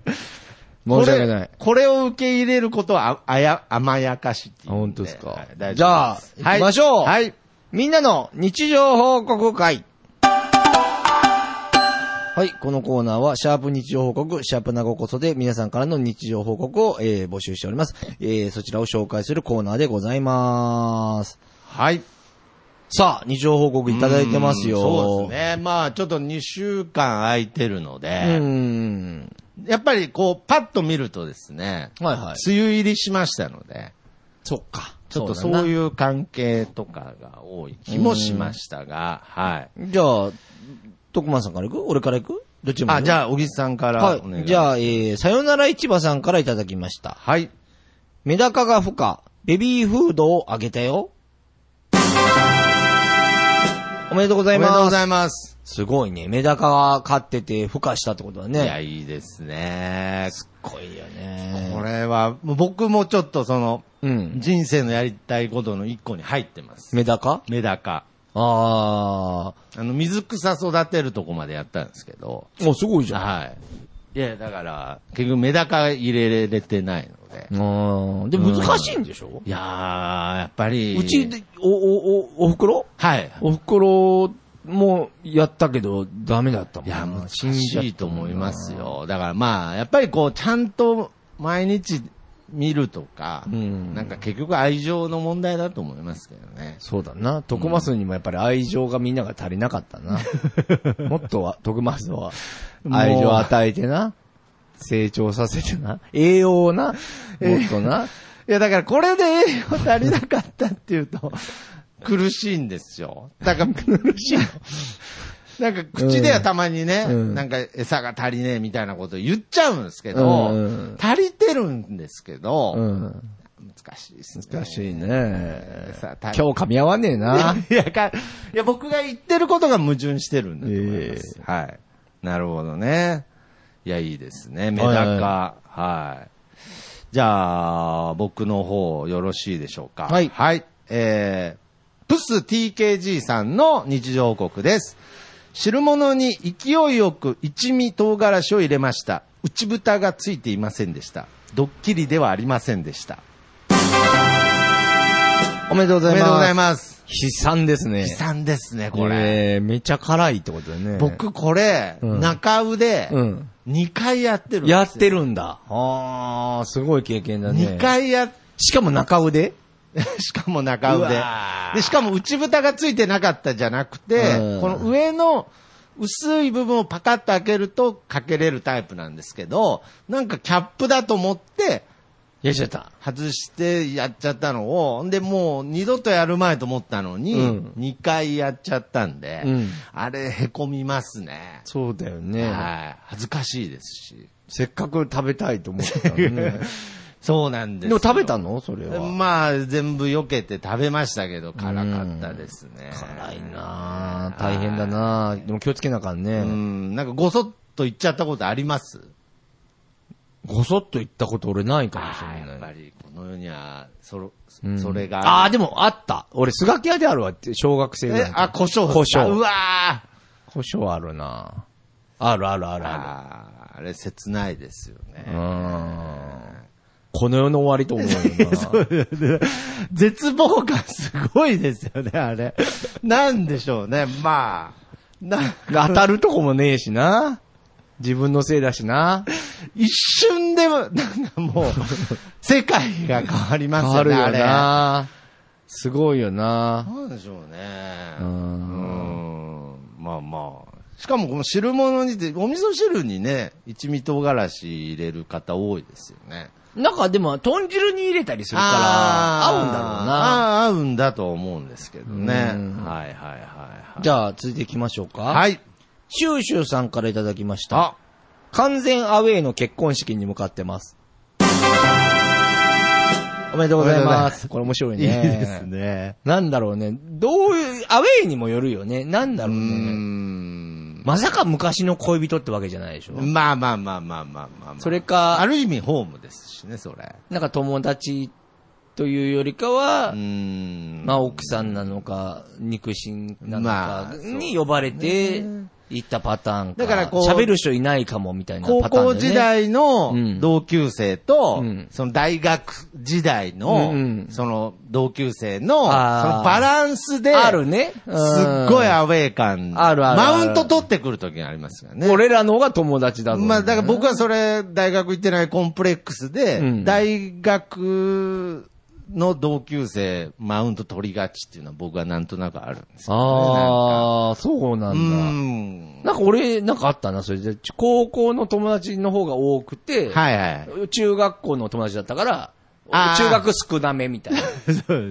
[SPEAKER 1] 申し訳ない。
[SPEAKER 2] これ。これを受け入れることは、ああや、甘やかしっていうん
[SPEAKER 1] あ本当ですか
[SPEAKER 2] はい大丈夫です
[SPEAKER 1] じゃあ
[SPEAKER 2] はい
[SPEAKER 1] 行きましょう
[SPEAKER 2] はい。
[SPEAKER 1] みんなの日常報告会。はい、このコーナーは、シャープ日常報告、シャープなごこそで皆さんからの日常報告を、えー募集しております。えーそちらを紹介するコーナーでございます。
[SPEAKER 2] はい。
[SPEAKER 1] さあ、日常報告いただいてますよ。
[SPEAKER 2] うんそうですね。まあ、ちょっと2週間空いてるの
[SPEAKER 1] う
[SPEAKER 2] で、
[SPEAKER 1] ん。
[SPEAKER 2] やっぱりこう、パッと見るとですね、
[SPEAKER 1] はいはい。
[SPEAKER 2] 梅雨入りしましたので、
[SPEAKER 1] そっか。
[SPEAKER 2] ちょっとそういう関係とかが多い気もしましたが、はい。
[SPEAKER 1] じゃあ、徳間さんから行く俺から行くどっちでもいいよ
[SPEAKER 2] あ、じゃあ、小木さんからお願いしま
[SPEAKER 1] は
[SPEAKER 2] す。
[SPEAKER 1] い。じゃあ、えー、さよなら市場さんからいただきました。
[SPEAKER 2] はい。
[SPEAKER 1] メダカが孵化、ベビーフードをあげたよ。おめでとうご
[SPEAKER 2] お
[SPEAKER 1] ざ
[SPEAKER 2] め
[SPEAKER 1] い
[SPEAKER 2] でとう
[SPEAKER 1] ま
[SPEAKER 2] ご
[SPEAKER 1] す。
[SPEAKER 2] ざいます。
[SPEAKER 1] すごいね。メダカが飼ってて孵化したってことだ
[SPEAKER 2] い
[SPEAKER 1] ね。
[SPEAKER 2] や、いいですね。
[SPEAKER 1] すごいよ
[SPEAKER 2] こ
[SPEAKER 1] ね。
[SPEAKER 2] れは、もう僕もちょっとその、
[SPEAKER 1] うん。
[SPEAKER 2] 人生のやりたいことの一個に入ってます。
[SPEAKER 1] メダカ
[SPEAKER 2] メダカ。
[SPEAKER 1] あ
[SPEAKER 2] あの、水草育てるとこまでやったんですけど、
[SPEAKER 1] ー。お、すごいじゃん。
[SPEAKER 2] はい。いや、だから、結局メダカ入れれてないの
[SPEAKER 1] う
[SPEAKER 2] で。
[SPEAKER 1] ん。で、難しいんでしょ
[SPEAKER 2] いやー、やっぱり。
[SPEAKER 1] うちで、お、お、お、お袋
[SPEAKER 2] はい。
[SPEAKER 1] お袋もやったけど、ダメだったもん
[SPEAKER 2] い
[SPEAKER 1] な。
[SPEAKER 2] や、難
[SPEAKER 1] 死んじゃった
[SPEAKER 2] しいと思いますよ。だからまあ、やっぱりこう、ちゃんと毎日見るとか、
[SPEAKER 1] うん
[SPEAKER 2] なんか結局愛情の問題だと思いますけどね。
[SPEAKER 1] そうだな。徳マスにもやっぱり愛情がみんなが足りなかった な。もっとは、徳マスは、愛情を与えてな。成長させてな。栄養をな。もっとな。
[SPEAKER 2] いや、だからこれで栄養足りなかったっていうと、苦しいんですよ。だから、苦しい。なんか、口ではたまにね、
[SPEAKER 1] うん
[SPEAKER 2] なんか、餌が足りねえみたいなこと言っちゃうんですけど、
[SPEAKER 1] うん
[SPEAKER 2] 足りてるんですけど、
[SPEAKER 1] うん。
[SPEAKER 2] 難しいですね。
[SPEAKER 1] 難しいね。
[SPEAKER 2] さ
[SPEAKER 1] 今
[SPEAKER 2] あ
[SPEAKER 1] 日噛み合わねえ な。
[SPEAKER 2] いや、か、いや、僕が言ってることが矛盾してるんだと思います。はい。なるほどね。いや、いいですね。メダカ。
[SPEAKER 1] は
[SPEAKER 2] はいい
[SPEAKER 1] はい
[SPEAKER 2] じゃあ、僕の方、よろしいでしょうか。
[SPEAKER 1] はい
[SPEAKER 2] はい。えー、プス TKG さんの日常報告です。汁物に勢いよく一味唐辛子を入れました。内蓋がついていませんでした。ドッキリではありませんでした。
[SPEAKER 1] おめでとうご
[SPEAKER 2] お
[SPEAKER 1] ざ
[SPEAKER 2] め
[SPEAKER 1] い
[SPEAKER 2] でとうござい
[SPEAKER 1] ます。
[SPEAKER 2] ます。
[SPEAKER 1] 悲惨ですね
[SPEAKER 2] 悲。惨ですね、こ
[SPEAKER 1] こ
[SPEAKER 2] れ。
[SPEAKER 1] れ、めちゃ辛いってことだね。、
[SPEAKER 2] 僕これ、
[SPEAKER 1] うん
[SPEAKER 2] 中腕、
[SPEAKER 1] うん。
[SPEAKER 2] 2回やってるんですよ
[SPEAKER 1] やってるんだ。あー、すごい経験だね。
[SPEAKER 2] 2回やっ、
[SPEAKER 1] しかも中腕
[SPEAKER 2] しかも中
[SPEAKER 1] う
[SPEAKER 2] 腕
[SPEAKER 1] わ。ー
[SPEAKER 2] で、しかも内蓋がついてなかったじゃなくて、
[SPEAKER 1] うん
[SPEAKER 2] この上の薄い部分をパカッと開けるとかけれるタイプなんですけど、なんかキャップだと思って、
[SPEAKER 1] やっちゃった。
[SPEAKER 2] 外してやっちゃったのを、んで、もう二度とやるまいと思ったの
[SPEAKER 1] う
[SPEAKER 2] に
[SPEAKER 1] ん、
[SPEAKER 2] 2回やっちゃったんで、
[SPEAKER 1] うん
[SPEAKER 2] あれ、へこみますね。
[SPEAKER 1] そうだよね。
[SPEAKER 2] はい。恥ずかしいですし。
[SPEAKER 1] せっかく食べたいと思ってたのに ね。
[SPEAKER 2] そうなん
[SPEAKER 1] で
[SPEAKER 2] ですよ
[SPEAKER 1] も食べたのそれは。
[SPEAKER 2] まあ、全部避けて食べましたけど、辛かったですね。
[SPEAKER 1] 辛いなあ大変だなあでも気をつけなあかん
[SPEAKER 2] う
[SPEAKER 1] ね。
[SPEAKER 2] ん、なんかごそっと言っちゃったことあります
[SPEAKER 1] ごそっと言ったこと俺ないかもし
[SPEAKER 2] あーや
[SPEAKER 1] れ
[SPEAKER 2] っ
[SPEAKER 1] な
[SPEAKER 2] ぱ
[SPEAKER 1] い。
[SPEAKER 2] り、この世には、そろ
[SPEAKER 1] うん
[SPEAKER 2] それが。
[SPEAKER 1] ああ、でもあった。俺、スガキ屋であるわって、小学生ぐらい
[SPEAKER 2] え
[SPEAKER 1] の時。
[SPEAKER 2] あ、胡椒。
[SPEAKER 1] 胡椒
[SPEAKER 2] うわー
[SPEAKER 1] 胡椒あるなああるあるあるあ
[SPEAKER 2] あーあれ、切ないですよ
[SPEAKER 1] る。う
[SPEAKER 2] ね。
[SPEAKER 1] ん。この世の終わりと思うよ な
[SPEAKER 2] 絶望感すごいですよね、あれ。なんでしょうね、まあ。な、
[SPEAKER 1] 当たるとこもねえしな。自分のせいだしな。
[SPEAKER 2] 一瞬でも、なんか もう、世界が変わります
[SPEAKER 1] 変
[SPEAKER 2] よね、
[SPEAKER 1] わるよ
[SPEAKER 2] あれ。
[SPEAKER 1] な。すごいよな。
[SPEAKER 2] なんでしょうね。
[SPEAKER 1] う
[SPEAKER 2] うんん。まあまあ。しかもこの汁物にって、お味噌汁にね、一味唐辛子入れる方多いですよね。
[SPEAKER 1] なんかでも、豚汁に入れたりするから、
[SPEAKER 2] あー
[SPEAKER 1] 合うんだろうな。
[SPEAKER 2] あー合うんだと思うんですけどね。はい
[SPEAKER 1] うん
[SPEAKER 2] はいはいはい。
[SPEAKER 1] じゃあ、続いていきましょうか。。
[SPEAKER 2] はいい。
[SPEAKER 1] シューシューさんからいただきました。
[SPEAKER 2] あ、
[SPEAKER 1] 完全アウェイの結婚式に向かってます。おめでとうござい
[SPEAKER 2] お
[SPEAKER 1] ま。
[SPEAKER 2] めでとうございます
[SPEAKER 1] これ面白い
[SPEAKER 2] いい
[SPEAKER 1] ね。
[SPEAKER 2] です。ね。
[SPEAKER 1] なんだろうね。どういう、アウェイにもよるよね。なんだ
[SPEAKER 2] う
[SPEAKER 1] ろう
[SPEAKER 2] ー
[SPEAKER 1] ね。
[SPEAKER 2] ん。
[SPEAKER 1] まさか昔の恋人ってわけじゃないでしょ、
[SPEAKER 2] まあまあまあまあまあまあ、まあ。
[SPEAKER 1] それか
[SPEAKER 2] ある意味ホームですしね、それ。
[SPEAKER 1] なんか友達というよりかは、
[SPEAKER 2] うーん。
[SPEAKER 1] まあ奥さんなのか、肉親なの
[SPEAKER 2] ま
[SPEAKER 1] か
[SPEAKER 2] あ
[SPEAKER 1] に呼ばれて行ったパターンか。
[SPEAKER 2] だからこう
[SPEAKER 1] 喋る人いないかもみたいな
[SPEAKER 2] 高
[SPEAKER 1] パターン、ね。
[SPEAKER 2] 校時代
[SPEAKER 1] う
[SPEAKER 2] の
[SPEAKER 1] ん
[SPEAKER 2] 同級生と、
[SPEAKER 1] うん
[SPEAKER 2] その大学時代の、
[SPEAKER 1] うんうん
[SPEAKER 2] その同級生の、その
[SPEAKER 1] あー
[SPEAKER 2] バランスで、
[SPEAKER 1] あるね。す
[SPEAKER 2] すっごいアウェー感。
[SPEAKER 1] あるあるあ
[SPEAKER 2] マ
[SPEAKER 1] る
[SPEAKER 2] ウント取ってくる時がありますよね。
[SPEAKER 1] 俺らの方が友達だぞ。
[SPEAKER 2] まあ、だから僕はそれ、大学行ってないコンプレックスで、
[SPEAKER 1] うん
[SPEAKER 2] 大学の同級生、マウント取りがちっていうのは僕はなんとなくあるんですよ、ね。
[SPEAKER 1] ああ、そうな
[SPEAKER 2] あうん
[SPEAKER 1] だ。
[SPEAKER 2] ん。
[SPEAKER 1] なんか俺、なんかあったな、それで。ち高校の友達の方が多くて、
[SPEAKER 2] は いはい。
[SPEAKER 1] 中学校の友達だったから、
[SPEAKER 2] あー
[SPEAKER 1] 中学少なめみ たいな。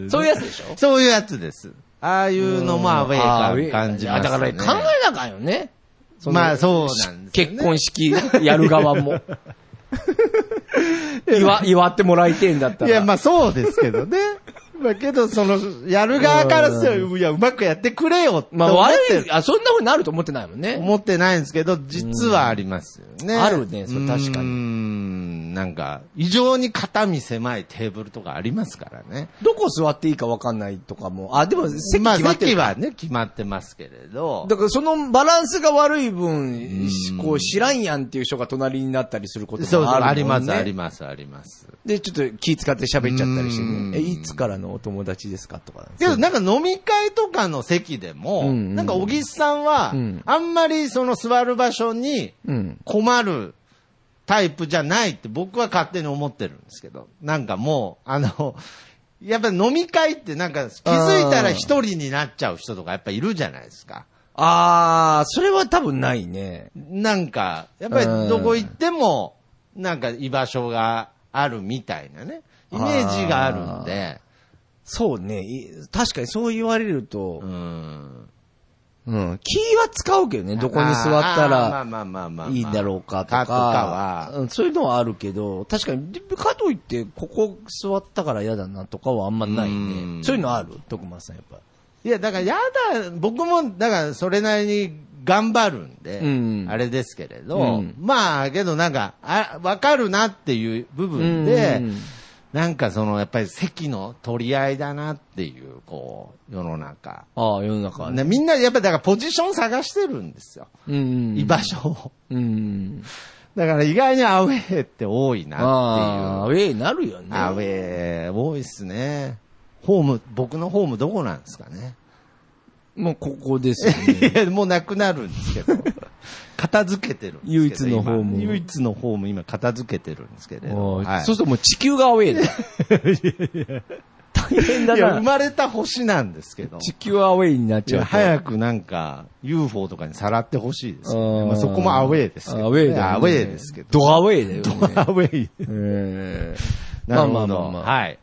[SPEAKER 1] そういうやつでしょ
[SPEAKER 2] そういうやつです。ああいうのもアウェー感感じます、ね。
[SPEAKER 1] あだから考えなあかんよね。その
[SPEAKER 2] まあそうなんですよ、ね。
[SPEAKER 1] 結婚式やる側 も。祝、祝ってもらいてえんだった
[SPEAKER 2] い
[SPEAKER 1] ら。
[SPEAKER 2] や、まあそうですけどね。 まあけど、その、やる側からすれば、いや、うまくやってくれよって
[SPEAKER 1] ま
[SPEAKER 2] 思っ
[SPEAKER 1] あ悪
[SPEAKER 2] てる
[SPEAKER 1] い、あ、そんな風になると思ってないもんね。
[SPEAKER 2] 思ってないんですけど、実はありますよね。
[SPEAKER 1] うんあるねそれ確かに
[SPEAKER 2] うーん、なんか、異常に肩身狭いテーブルとかありますからね。
[SPEAKER 1] どこ座っていいかわかんないとかも。あ、でも席決
[SPEAKER 2] まあ、
[SPEAKER 1] まって
[SPEAKER 2] 席
[SPEAKER 1] る。
[SPEAKER 2] はね、決まってますけれど。
[SPEAKER 1] だからそのバランスが悪い分、こう知らんやんっていう人が隣になったりすることもあ
[SPEAKER 2] そ
[SPEAKER 1] る
[SPEAKER 2] うそう、
[SPEAKER 1] もん、ね。
[SPEAKER 2] あります、あります、あります。
[SPEAKER 1] で、ちょっと気使って喋っちゃったりして
[SPEAKER 2] うん
[SPEAKER 1] ね。え、いつからのお友達ですかとか。
[SPEAKER 2] けど、なんか飲み会とかの席でも、
[SPEAKER 1] うんうん
[SPEAKER 2] なんか小木さんは、
[SPEAKER 1] うん
[SPEAKER 2] あんまりその座る場所に
[SPEAKER 1] うん。
[SPEAKER 2] 困るタイプじゃないって僕は勝手に思ってるんですけど、なんかもう、あの、やっぱり飲み会ってなんか気づいたら一人になっちゃう人とかやっぱいるじゃないですか。
[SPEAKER 1] あー、それは多分ないね。
[SPEAKER 2] なんか、やっぱりどこ行っても、なんか居場所があるみたいなね、イメージがあるんで、
[SPEAKER 1] そうね。い確かにそう言われると
[SPEAKER 2] う、ん。
[SPEAKER 1] うん。気は使うけどね。どこに座ったら
[SPEAKER 2] ら
[SPEAKER 1] いいんだろうかとか。
[SPEAKER 2] とかは、
[SPEAKER 1] うんそういうのはあるけど、確かに、でかといって、ここ座ったから嫌だなとかはあんまない
[SPEAKER 2] うん
[SPEAKER 1] ね。そういうのある徳松さん、やっぱ。
[SPEAKER 2] いや、だから、やだ、僕も、だから、それなりに頑張るんで、
[SPEAKER 1] うん
[SPEAKER 2] あれですけれど、
[SPEAKER 1] うん
[SPEAKER 2] まあ、けどなんか、あ、わかるなっていう部分で、
[SPEAKER 1] うん
[SPEAKER 2] なんかその、やっぱり席の取り合いだなっていう、こう、世の中。
[SPEAKER 1] ああ、世の中はね。
[SPEAKER 2] ね、みんな、やっぱりだから、ポジション探してるんですよ。
[SPEAKER 1] うんうん。
[SPEAKER 2] 居場所を。
[SPEAKER 1] うん。
[SPEAKER 2] だから、意外にアウェーって多い
[SPEAKER 1] ああ
[SPEAKER 2] なっ
[SPEAKER 1] ー、
[SPEAKER 2] ていう。
[SPEAKER 1] ウェイなるよね。
[SPEAKER 2] アウェー、多いっすね。ホーム、僕のホームどこなんですかね。
[SPEAKER 1] もうここですよ ね。
[SPEAKER 2] いや、もうなくなるんですけ ど。片付けてるんですけど
[SPEAKER 1] 唯一のホーム
[SPEAKER 2] 今唯一のホーム、今、片付けてるんですけれど。
[SPEAKER 1] おい
[SPEAKER 2] はい
[SPEAKER 1] そうするともう地球がアウェイだよ。大変だ
[SPEAKER 2] いや、生
[SPEAKER 1] な。
[SPEAKER 2] まれた星なんですけど。
[SPEAKER 1] 地球アウェイになっ
[SPEAKER 2] い
[SPEAKER 1] ちゃう
[SPEAKER 2] や
[SPEAKER 1] と。
[SPEAKER 2] 早くなんか、UFO とかにさらってほしいですよね。
[SPEAKER 1] うん
[SPEAKER 2] まあ、そこもアウェーですけ
[SPEAKER 1] ア
[SPEAKER 2] ど、
[SPEAKER 1] ウェイだよね
[SPEAKER 2] アウェーですけど。
[SPEAKER 1] ドアウェイだよね。
[SPEAKER 2] アウェイ。
[SPEAKER 1] えー
[SPEAKER 2] なるほど。
[SPEAKER 1] あ。
[SPEAKER 2] はい。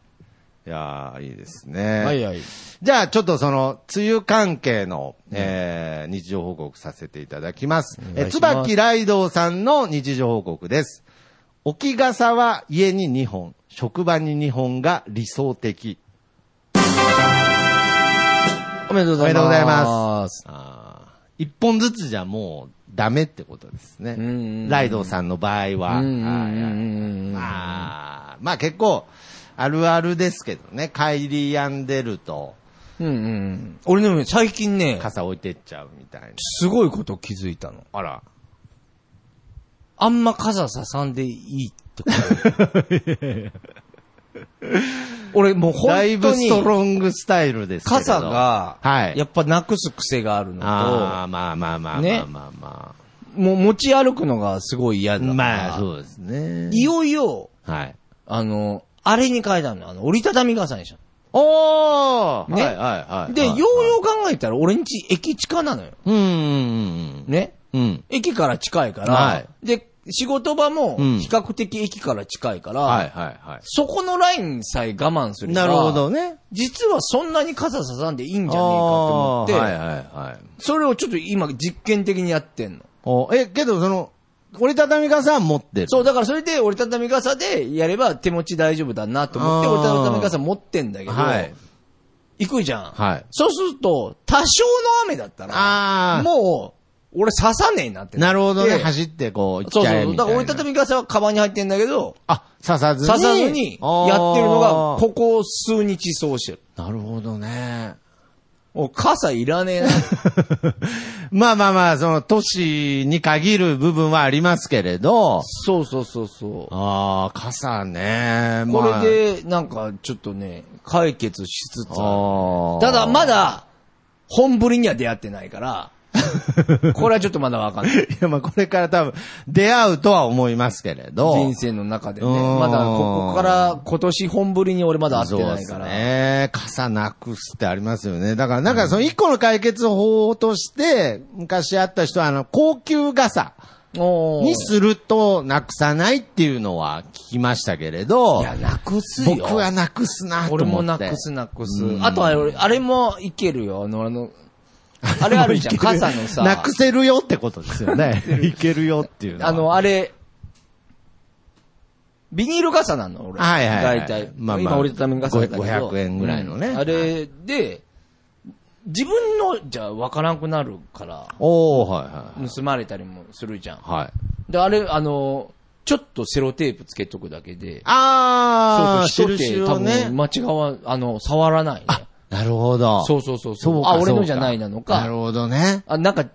[SPEAKER 2] いやーいいですね。
[SPEAKER 1] はいはい。
[SPEAKER 2] じゃあ、ちょっとその、梅雨関係の、えー、日常報告させていただきます。
[SPEAKER 1] お
[SPEAKER 2] え
[SPEAKER 1] 願
[SPEAKER 2] ー、
[SPEAKER 1] いします
[SPEAKER 2] 椿ライドウさんの日常報告です。置き傘は家に2本、職場に2本が理想的。
[SPEAKER 1] おめでとう。
[SPEAKER 2] おめでとうございますあー1本ずつじゃもうダメってことですね。
[SPEAKER 1] うんうんうん
[SPEAKER 2] ライドウさんの場合は。
[SPEAKER 1] うんうんうんうん
[SPEAKER 2] はいはいまあ、まあ結構、あるあるですけどね。帰り病んでると、
[SPEAKER 1] うんうん。俺でもね最近ね、
[SPEAKER 2] 傘置いてっちゃうみたいな。
[SPEAKER 1] すごいこと気づいたの。
[SPEAKER 2] あら。
[SPEAKER 1] あんま傘ささんでいいってこと。 俺もう
[SPEAKER 2] だい
[SPEAKER 1] 本当
[SPEAKER 2] ぶスト
[SPEAKER 1] に
[SPEAKER 2] ロングスタイルですけれど
[SPEAKER 1] 傘が、
[SPEAKER 2] はい。
[SPEAKER 1] やっぱなくす癖があるの
[SPEAKER 2] あ
[SPEAKER 1] と
[SPEAKER 2] あ、まあまあまあま
[SPEAKER 1] ね
[SPEAKER 2] あまあまあ。、
[SPEAKER 1] もう持ち歩くのがすごい嫌だから。
[SPEAKER 2] まあ、そうですね。
[SPEAKER 1] いよいよ、
[SPEAKER 2] はい。
[SPEAKER 1] あの、あれに変えたの。あの、折りたたみ傘にした
[SPEAKER 2] おー
[SPEAKER 1] ね
[SPEAKER 2] はいはいはい。
[SPEAKER 1] の。で、よ
[SPEAKER 2] は
[SPEAKER 1] う
[SPEAKER 2] い
[SPEAKER 1] よう考えたら、俺んち駅近なのよ。
[SPEAKER 2] うんうん
[SPEAKER 1] ね。
[SPEAKER 2] うんうん。うん。
[SPEAKER 1] 駅から近いから、
[SPEAKER 2] はい
[SPEAKER 1] で、仕事場も
[SPEAKER 2] うん
[SPEAKER 1] 比較的駅から近いから、
[SPEAKER 2] はいはいは
[SPEAKER 1] そこのラインさえ我慢す
[SPEAKER 2] い。
[SPEAKER 1] れば、
[SPEAKER 2] なるほどね。
[SPEAKER 1] 実はそんなに傘ささんでいいんじゃねえかと思
[SPEAKER 2] あ
[SPEAKER 1] って、
[SPEAKER 2] ーはいはいはい。
[SPEAKER 1] それをちょっと今実験的にやってんの。
[SPEAKER 2] おえ、けどその、折りたたみ傘は持ってる。
[SPEAKER 1] そう、だからそれで折りたたみ傘でやれば手持ち大丈夫だなと思って、
[SPEAKER 2] あー
[SPEAKER 1] 折りたたみ傘持ってんだけど、
[SPEAKER 2] はい。
[SPEAKER 1] 行くじゃん。
[SPEAKER 2] はい。
[SPEAKER 1] そうすると、多少の雨だったら、
[SPEAKER 2] あー
[SPEAKER 1] もう、俺刺さねえなって。
[SPEAKER 2] なるほどね。
[SPEAKER 1] で
[SPEAKER 2] 走ってこう、行っ
[SPEAKER 1] そう
[SPEAKER 2] ち
[SPEAKER 1] そう
[SPEAKER 2] ゃえ
[SPEAKER 1] そう。
[SPEAKER 2] み
[SPEAKER 1] だ
[SPEAKER 2] たいな。
[SPEAKER 1] から折りたたみ傘はカバンに入ってんだけど、
[SPEAKER 2] あ、刺さずに。
[SPEAKER 1] 刺さずにやってるのが、ここ数日そうしてる。
[SPEAKER 2] あー。なるほどね。
[SPEAKER 1] お傘いらねえな。
[SPEAKER 2] まあまあまあ、その都市に限る部分はありますけれど、
[SPEAKER 1] そうそうそうそう。
[SPEAKER 2] ああ、傘ね。
[SPEAKER 1] こ
[SPEAKER 2] まあ、
[SPEAKER 1] れで、なんか、ちょっとね、解決しつつある
[SPEAKER 2] あー
[SPEAKER 1] ただ、まだ、本ぶりには出会ってない から、これはちょっとまだわかんない。
[SPEAKER 2] いや、まあこれから多分、出会うとは思いますけれど。
[SPEAKER 1] 人生の中でね。
[SPEAKER 2] うーん
[SPEAKER 1] まだ、ここから、今年本ぶりに俺まだ会ってないか
[SPEAKER 2] そうです
[SPEAKER 1] ら。
[SPEAKER 2] ね。傘なくすってありますよね。だからなんかその一個の解決法として、昔あった人はあの、高級傘
[SPEAKER 1] おー
[SPEAKER 2] にするとなくさないっていうのは聞きましたけれど
[SPEAKER 1] い、や、なくすよ。
[SPEAKER 2] 僕はなくすなと思っ
[SPEAKER 1] 俺
[SPEAKER 2] て。
[SPEAKER 1] もなくすなくす
[SPEAKER 2] う。ん
[SPEAKER 1] あとあれ、あれもいけるよ。あの、あ の、あれあるじゃん。傘のさ。
[SPEAKER 2] なくせるよってことです よね。いけるよっていうは
[SPEAKER 1] あの、あれ、ビニール傘なの俺。
[SPEAKER 2] はいはいは
[SPEAKER 1] 大
[SPEAKER 2] い
[SPEAKER 1] 体。
[SPEAKER 2] まあまあ
[SPEAKER 1] 今折りたたみ傘だけど。
[SPEAKER 2] 500円ぐらいのね
[SPEAKER 1] うんあれで、自分のじゃわからんくなるから、
[SPEAKER 2] おー、はいはい。
[SPEAKER 1] 盗まれたりもするじゃん。
[SPEAKER 2] はい。
[SPEAKER 1] で、あれ、あの、ちょっとセロテープつけとくだけで、
[SPEAKER 2] あー、
[SPEAKER 1] そうそう、人
[SPEAKER 2] 印
[SPEAKER 1] って
[SPEAKER 2] を
[SPEAKER 1] 多
[SPEAKER 2] ね
[SPEAKER 1] 分。間違わ、あの、触らないね。
[SPEAKER 2] なるほど。
[SPEAKER 1] そうそうそう
[SPEAKER 2] そ
[SPEAKER 1] そうう。
[SPEAKER 2] か
[SPEAKER 1] あ、俺
[SPEAKER 2] そう
[SPEAKER 1] の
[SPEAKER 2] か
[SPEAKER 1] じゃないなの
[SPEAKER 2] なる
[SPEAKER 1] か。
[SPEAKER 2] ほどね。
[SPEAKER 1] あ、なんか、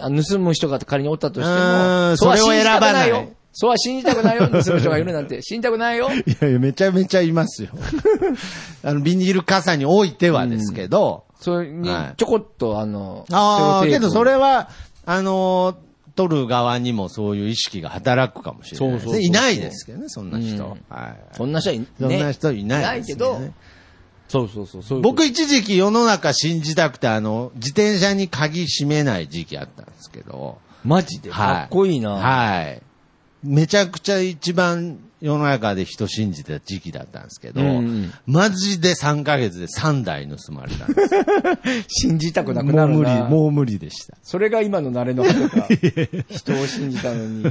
[SPEAKER 1] あ盗む人が仮におったとして
[SPEAKER 2] うーん
[SPEAKER 1] も、は
[SPEAKER 2] それを選ばない
[SPEAKER 1] 信じたくよ。そうは信じたくないよ。盗む人がいるなんて。信じたくない よ。
[SPEAKER 2] いやいや、めちゃめちゃいますよ。 あの、ビニール傘においてはですけど。
[SPEAKER 1] それに
[SPEAKER 2] はい、
[SPEAKER 1] ちょこっと、あの、
[SPEAKER 2] あ
[SPEAKER 1] セロ
[SPEAKER 2] あ、
[SPEAKER 1] テ
[SPEAKER 2] け
[SPEAKER 1] ープ
[SPEAKER 2] どそれは、あのー、取る側にもそういう意識が働くかもしれない
[SPEAKER 1] そうそ
[SPEAKER 2] ですね。
[SPEAKER 1] うそうそう
[SPEAKER 2] いないですけどね、そんな人。
[SPEAKER 1] うん
[SPEAKER 2] はい。
[SPEAKER 1] そんな人はい、ね、
[SPEAKER 2] そんな人いない
[SPEAKER 1] い
[SPEAKER 2] です
[SPEAKER 1] け
[SPEAKER 2] ね
[SPEAKER 1] ど、そうそうそうそういうこと。
[SPEAKER 2] 僕一時期世の中信じたくて、あの、自転車に鍵閉めない時期あったんですけど。
[SPEAKER 1] マジで、
[SPEAKER 2] はい
[SPEAKER 1] かっこいいな。
[SPEAKER 2] はい。めちゃくちゃ一番世の中で人信じてた時期だったんですけど、
[SPEAKER 1] うん
[SPEAKER 2] マジで3ヶ月で3台盗まれたんです。
[SPEAKER 1] 信じたく なく
[SPEAKER 2] も
[SPEAKER 1] な
[SPEAKER 2] う
[SPEAKER 1] る
[SPEAKER 2] 無理、
[SPEAKER 1] な。
[SPEAKER 2] もう無理でした。
[SPEAKER 1] それが今の慣れのことか。人を信じたの に。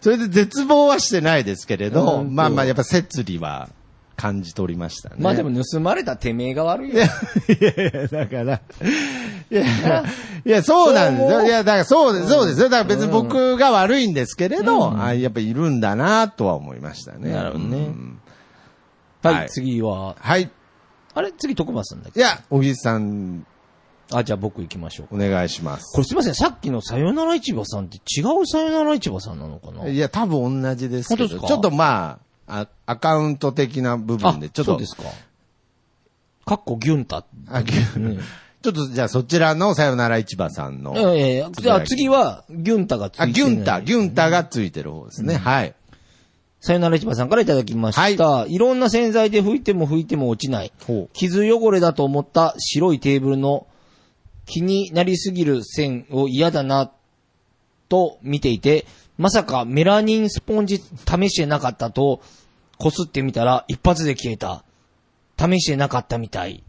[SPEAKER 2] それで絶望はしてないですけれど、
[SPEAKER 1] うん
[SPEAKER 2] まあまあやっぱ摂理は感じ取りましたね。
[SPEAKER 1] まあでも盗まれたてめえが悪いよ。
[SPEAKER 2] いやいや、だから、いや、いや、そうなんです
[SPEAKER 1] そう
[SPEAKER 2] よ。
[SPEAKER 1] 思う
[SPEAKER 2] いや、だからそうです、そうですよ。だから別に僕が悪いんですけれど、あやっぱいるんだなとは思いましたね。
[SPEAKER 1] なるほどね
[SPEAKER 2] うんは
[SPEAKER 1] はいい、次は。
[SPEAKER 2] はい。
[SPEAKER 1] あれ次、徳松なんだっ
[SPEAKER 2] い
[SPEAKER 1] け
[SPEAKER 2] や、小木さん、
[SPEAKER 1] あ、じゃあ僕行きましょうか。
[SPEAKER 2] お願いします。
[SPEAKER 1] これすいません、さっきのさよなら市場さんって違うさよなら市場さんなのかない
[SPEAKER 2] や、多分同じですけど、
[SPEAKER 1] 本当ですか
[SPEAKER 2] ちょっとまあ、あアカウント的な部分で、ちょっ
[SPEAKER 1] そ
[SPEAKER 2] と
[SPEAKER 1] うで、すか。かっこギュンタ。
[SPEAKER 2] あぎゅ
[SPEAKER 1] うん
[SPEAKER 2] ちょっとじゃあそちらのさよなら市場さんの、
[SPEAKER 1] ええじゃあ次は、ギュンタがついて
[SPEAKER 2] あ、
[SPEAKER 1] ない
[SPEAKER 2] ギュンタ、ギュンタがついてる方ですね。はい。
[SPEAKER 1] さよなら市場さんからいただきました。い、ろんな洗剤で拭いても拭いても落ちない。
[SPEAKER 2] ほ
[SPEAKER 1] 傷汚れだと思った白いテーブルの気になりすぎる線を嫌だなと見ていて、まさかメラニンスポンジ試してなかったと、こすってみたら一発で消えた。試してなかったみたい。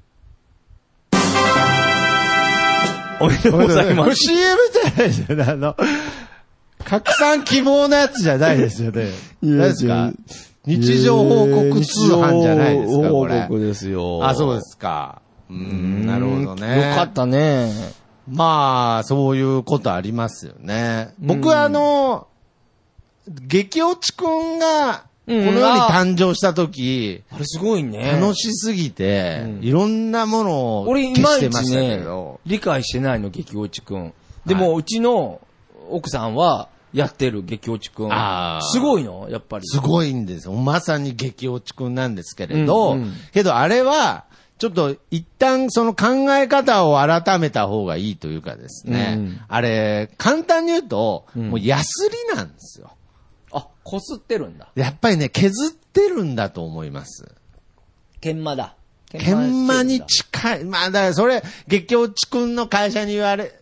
[SPEAKER 1] おめでとうござい
[SPEAKER 2] こ
[SPEAKER 1] ま
[SPEAKER 2] れ
[SPEAKER 1] す。
[SPEAKER 2] CM じゃないですよね。あの、拡散希望のやつじゃ ないですよね。
[SPEAKER 1] や
[SPEAKER 2] 何ですか日常報告通販じゃないですか、これ。
[SPEAKER 1] ですよ
[SPEAKER 2] あ、そうですか。うん、なるほどね。
[SPEAKER 1] よかったね。
[SPEAKER 2] まあ、そういうことありますよね。僕はあの、激落ちくんが、この
[SPEAKER 1] うん
[SPEAKER 2] 世に誕生した時、
[SPEAKER 1] あれすごいね。
[SPEAKER 2] 楽しすぎて、
[SPEAKER 1] うん
[SPEAKER 2] いろんなものを
[SPEAKER 1] 俺、
[SPEAKER 2] 消
[SPEAKER 1] いま
[SPEAKER 2] し
[SPEAKER 1] い
[SPEAKER 2] てま
[SPEAKER 1] ち
[SPEAKER 2] した
[SPEAKER 1] ね
[SPEAKER 2] けど、、
[SPEAKER 1] 理解してないの、激落ちくん。でも、うちの奥さんは、やってる、激落ちくん
[SPEAKER 2] あー。
[SPEAKER 1] すごいのやっぱり。
[SPEAKER 2] すごいんですよ。まさに激落ちくんなんですけれど、
[SPEAKER 1] うんうん
[SPEAKER 2] けどあれは、ちょっと一旦その考え方を改めた方がいいというかですね、
[SPEAKER 1] うん
[SPEAKER 2] あれ、簡単に言うと、
[SPEAKER 1] ん
[SPEAKER 2] もうヤスリなんですよ。
[SPEAKER 1] あ、こすってるんだ。
[SPEAKER 2] やっぱりね、削ってるんだと思います。
[SPEAKER 1] 研磨だ。
[SPEAKER 2] 研磨
[SPEAKER 1] してるん
[SPEAKER 2] に
[SPEAKER 1] だ
[SPEAKER 2] 近い。まあ、だからそれ、激落ちくんの会社に言われ、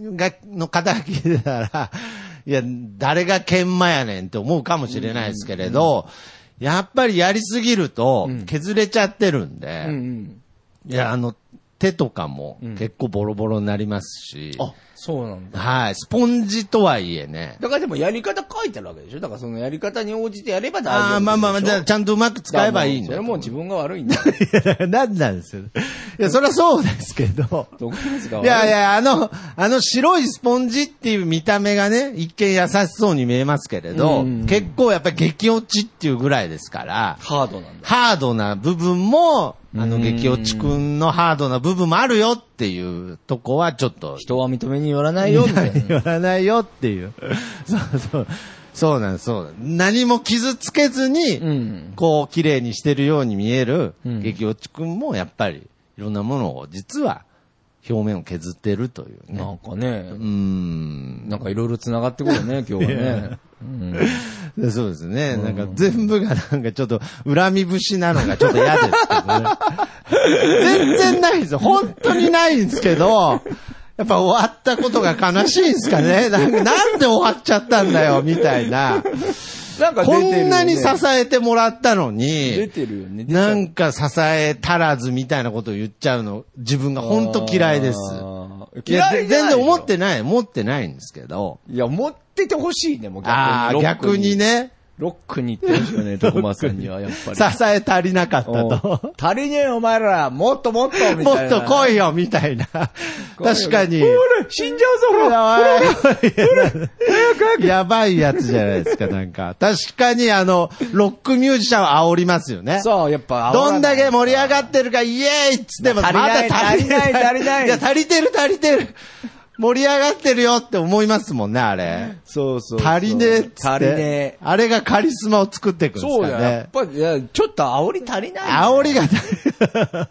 [SPEAKER 2] が、の方が聞いてたら、いや、誰が研磨やねんって思うかもしれないですけれど、やっぱりやりすぎると
[SPEAKER 1] うん、
[SPEAKER 2] 削れちゃってるんで、
[SPEAKER 1] うんうん。
[SPEAKER 2] いや、あの、手とかも
[SPEAKER 1] うん
[SPEAKER 2] 結構ボロボロになりますし、
[SPEAKER 1] あ、そうなんだ。
[SPEAKER 2] はい、スポンジとはいえね、
[SPEAKER 1] だからでもやり方書いてあるわけでしょだからそのやり方に応じてやれば大丈夫でしょ。
[SPEAKER 2] ああ、まあまあまあ、じゃあちゃんとうまく使えばいいん
[SPEAKER 1] んだから
[SPEAKER 2] だと
[SPEAKER 1] もう
[SPEAKER 2] 思う。
[SPEAKER 1] それもう自分が悪いんだ。
[SPEAKER 2] いや、 なんなんですよ。いや、そりゃそうです けど。
[SPEAKER 1] 毒物が悪
[SPEAKER 2] いやいや、あの、あの白いスポンジっていう見た目がね、一見優しそうに見えますけれど
[SPEAKER 1] うん、
[SPEAKER 2] 結構やっぱり激落ちっていうぐらいですから、
[SPEAKER 1] ハードなんだ。
[SPEAKER 2] ハードな部分も、あ
[SPEAKER 1] う
[SPEAKER 2] の
[SPEAKER 1] ん
[SPEAKER 2] 激落ちくんのハードな部分もあるよっていうとこはちょっと、
[SPEAKER 1] 人は認めによらないよ、みたいな。
[SPEAKER 2] 言わないよっていう。そうそう。そうなんです、そうなんです何も傷つけずに、
[SPEAKER 1] うん。
[SPEAKER 2] こう、綺麗にしてるように見える、
[SPEAKER 1] うん
[SPEAKER 2] 激落ちくんも、やっぱり、いろんなものを、実は、表面を削ってるというね。
[SPEAKER 1] なんかね
[SPEAKER 2] う、ーん。
[SPEAKER 1] なんかいろいろ繋がってくるね、今日はね。うん
[SPEAKER 2] で そうですね。なんか、全部がなんかちょっと、恨み節なのがちょっと嫌ですけどね。全然ないんですよ。本当にないんですけど、やっぱ終わったことが悲しいんですかね。なんかなんで終わっちゃったんだよ、みたいな。
[SPEAKER 1] なんか出
[SPEAKER 2] こ
[SPEAKER 1] てるよね
[SPEAKER 2] んなに支えてもらったのに。
[SPEAKER 1] 出てるよね。
[SPEAKER 2] なんか支え足らずみたいなことを言っちゃうの、自分が本当嫌いです。
[SPEAKER 1] あー
[SPEAKER 2] い
[SPEAKER 1] 嫌
[SPEAKER 2] や、ぜ
[SPEAKER 1] いじゃ
[SPEAKER 2] 全
[SPEAKER 1] ない
[SPEAKER 2] 然
[SPEAKER 1] よ
[SPEAKER 2] 思ってない、思ってないんですけど。
[SPEAKER 1] いや、持っててほしいね、もう逆に。
[SPEAKER 2] ああ、
[SPEAKER 1] ロック
[SPEAKER 2] 逆に。ね、
[SPEAKER 1] ロックに行ってほしいよね、徳間さんに は、やっぱり。
[SPEAKER 2] 支え足りなかった
[SPEAKER 1] お
[SPEAKER 2] と。
[SPEAKER 1] う足りねえよ、お前ら。もっともっと、み
[SPEAKER 2] も
[SPEAKER 1] た
[SPEAKER 2] っ
[SPEAKER 1] いな。
[SPEAKER 2] と来いよ、み たいな。確かに。
[SPEAKER 1] 死んじゃうぞ、ほら。
[SPEAKER 2] やばいやつじゃないですか、なんか。確かに、あの、ロックミュージシャンは煽りますよね。
[SPEAKER 1] そう、やっぱ。
[SPEAKER 2] どんだけ盛り上
[SPEAKER 1] っ
[SPEAKER 2] がってるか、イエーイっつっても、ま
[SPEAKER 1] 足りない
[SPEAKER 2] だ足りない。
[SPEAKER 1] 足りない足りない
[SPEAKER 2] いや、足りてる足りてる。盛り上がってるよって思いますもんね、あれ。
[SPEAKER 1] そうそうそう。
[SPEAKER 2] 足りねえっつって。
[SPEAKER 1] 足りねえ。
[SPEAKER 2] あれがカリスマを作っていくんです
[SPEAKER 1] そう
[SPEAKER 2] か
[SPEAKER 1] だよ、やっ
[SPEAKER 2] ね。
[SPEAKER 1] ぱり、いやちょっと煽り足りない。
[SPEAKER 2] 煽りが足り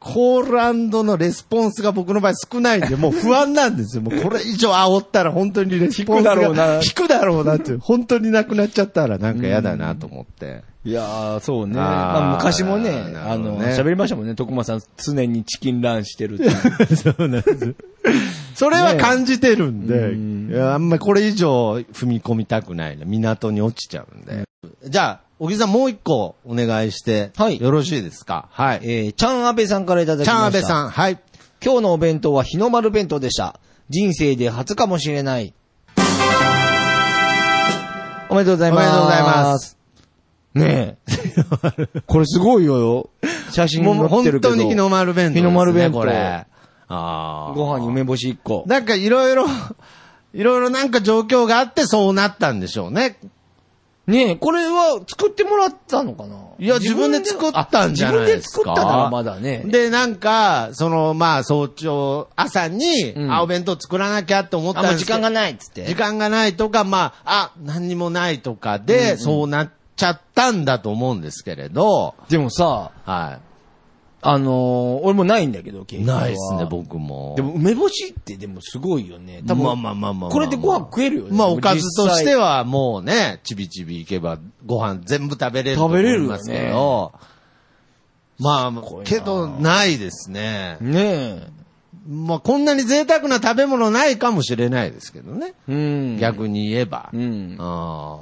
[SPEAKER 2] コールアンドのレスポンスが僕の場合少ないんで、もう不安なん ですよ。もうこれ以上煽ったら本当にレスポンスが
[SPEAKER 1] 引くだろうな
[SPEAKER 2] 引くだろうなっていう。本当になくなっちゃったらなんか嫌だなと思って。
[SPEAKER 1] いやー、そうね。
[SPEAKER 2] あー
[SPEAKER 1] まあ、昔もね、
[SPEAKER 2] な
[SPEAKER 1] あ
[SPEAKER 2] るほど
[SPEAKER 1] の、
[SPEAKER 2] ね
[SPEAKER 1] 喋りましたもんね、徳間さん、常にチキンランしてるっていう。
[SPEAKER 2] そうなんです。それは感じてるんで、いやあんまこれ以上踏み込みたくないな。港に落ちちゃうんで。じゃあ、小木さんもう一個お願いして、
[SPEAKER 1] はい
[SPEAKER 2] よろしいですかはい。
[SPEAKER 1] えー、ちゃんあべさんからいただきまし
[SPEAKER 2] ち
[SPEAKER 1] た。
[SPEAKER 2] ゃん安部さん、はい。
[SPEAKER 1] 今日のお弁当は日の丸弁当でした。人生で初かもしれない。おめでとうございます。
[SPEAKER 2] おめでとうございます。
[SPEAKER 1] ね え。これすごいよ。写真
[SPEAKER 2] もう
[SPEAKER 1] 載ってる
[SPEAKER 2] 本
[SPEAKER 1] けど。
[SPEAKER 2] 当に日の丸弁当、ね。
[SPEAKER 1] 日の丸弁当
[SPEAKER 2] これ。ああ。
[SPEAKER 1] ご飯に梅干し1個。
[SPEAKER 2] なんかいろい ろ、いろいろなんか状況があってそうなったんでしょうね。
[SPEAKER 1] ねえ、これは作ってもらったのかない
[SPEAKER 2] いや、自分で作ったんじゃないですか。
[SPEAKER 1] 自分で作ったならまだね。
[SPEAKER 2] で、なんか、その、まあ、早朝、朝に、
[SPEAKER 1] うん
[SPEAKER 2] あ、お弁当作らなきゃって思った
[SPEAKER 1] あ、
[SPEAKER 2] ん
[SPEAKER 1] もう
[SPEAKER 2] です
[SPEAKER 1] 時
[SPEAKER 2] けど、
[SPEAKER 1] 間がないっつって。
[SPEAKER 2] 時間がないとか、まあ、あ、何にもないとかで、そうなっちゃったんだと思うんですけれど、
[SPEAKER 1] でもさ、
[SPEAKER 2] は
[SPEAKER 1] あのー俺もないんだけど、経
[SPEAKER 2] い。
[SPEAKER 1] 験は
[SPEAKER 2] ないですね、。僕も。
[SPEAKER 1] でも梅干しってでもすごいよね。多
[SPEAKER 2] まあ
[SPEAKER 1] 分、
[SPEAKER 2] まあまあまあまあ。
[SPEAKER 1] これでご飯食えるよね。
[SPEAKER 2] まあ、おかずとして
[SPEAKER 1] は。
[SPEAKER 2] はもうね、ちびちびいけばご飯全部食べれると
[SPEAKER 1] 食
[SPEAKER 2] 思
[SPEAKER 1] べれるよ
[SPEAKER 2] い
[SPEAKER 1] ね
[SPEAKER 2] ますけど、まあ
[SPEAKER 1] ごい、な
[SPEAKER 2] けど、ないですね。
[SPEAKER 1] ね
[SPEAKER 2] まあ、こんなに贅沢な食べ物ないかもしれないですけどね。
[SPEAKER 1] え。うん。
[SPEAKER 2] 逆に言えば。
[SPEAKER 1] うん。
[SPEAKER 2] あ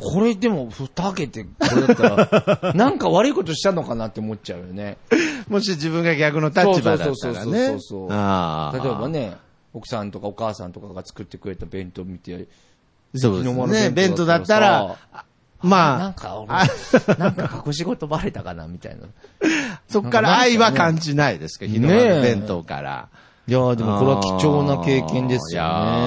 [SPEAKER 1] これでも、ふたけて、これだった ら、なんか悪いことしたのかなって思っちゃうよね。
[SPEAKER 2] ーもし自分が逆の立場だ
[SPEAKER 1] そ
[SPEAKER 2] っ
[SPEAKER 1] うそ
[SPEAKER 2] た
[SPEAKER 1] うそう
[SPEAKER 2] ら
[SPEAKER 1] そう
[SPEAKER 2] ね。
[SPEAKER 1] そうそう
[SPEAKER 2] あ
[SPEAKER 1] 例え
[SPEAKER 2] ー
[SPEAKER 1] ば。ね、奥さんとかお母さんとかが作ってくれた弁当見て、
[SPEAKER 2] そうで
[SPEAKER 1] 日
[SPEAKER 2] す
[SPEAKER 1] の丸
[SPEAKER 2] ね。弁
[SPEAKER 1] 弁
[SPEAKER 2] 当
[SPEAKER 1] 当
[SPEAKER 2] だ
[SPEAKER 1] だ
[SPEAKER 2] っ
[SPEAKER 1] ったた
[SPEAKER 2] ら
[SPEAKER 1] ら、な
[SPEAKER 2] ま
[SPEAKER 1] ん
[SPEAKER 2] あ、
[SPEAKER 1] か
[SPEAKER 2] あ
[SPEAKER 1] 俺、なんか隠し事バレたかな、みたいな。
[SPEAKER 2] そっから愛は感じないですけど、日の
[SPEAKER 1] ね
[SPEAKER 2] 丸
[SPEAKER 1] え
[SPEAKER 2] 弁当から。
[SPEAKER 1] いやーでもこれは貴重な経験ですよね。
[SPEAKER 2] あ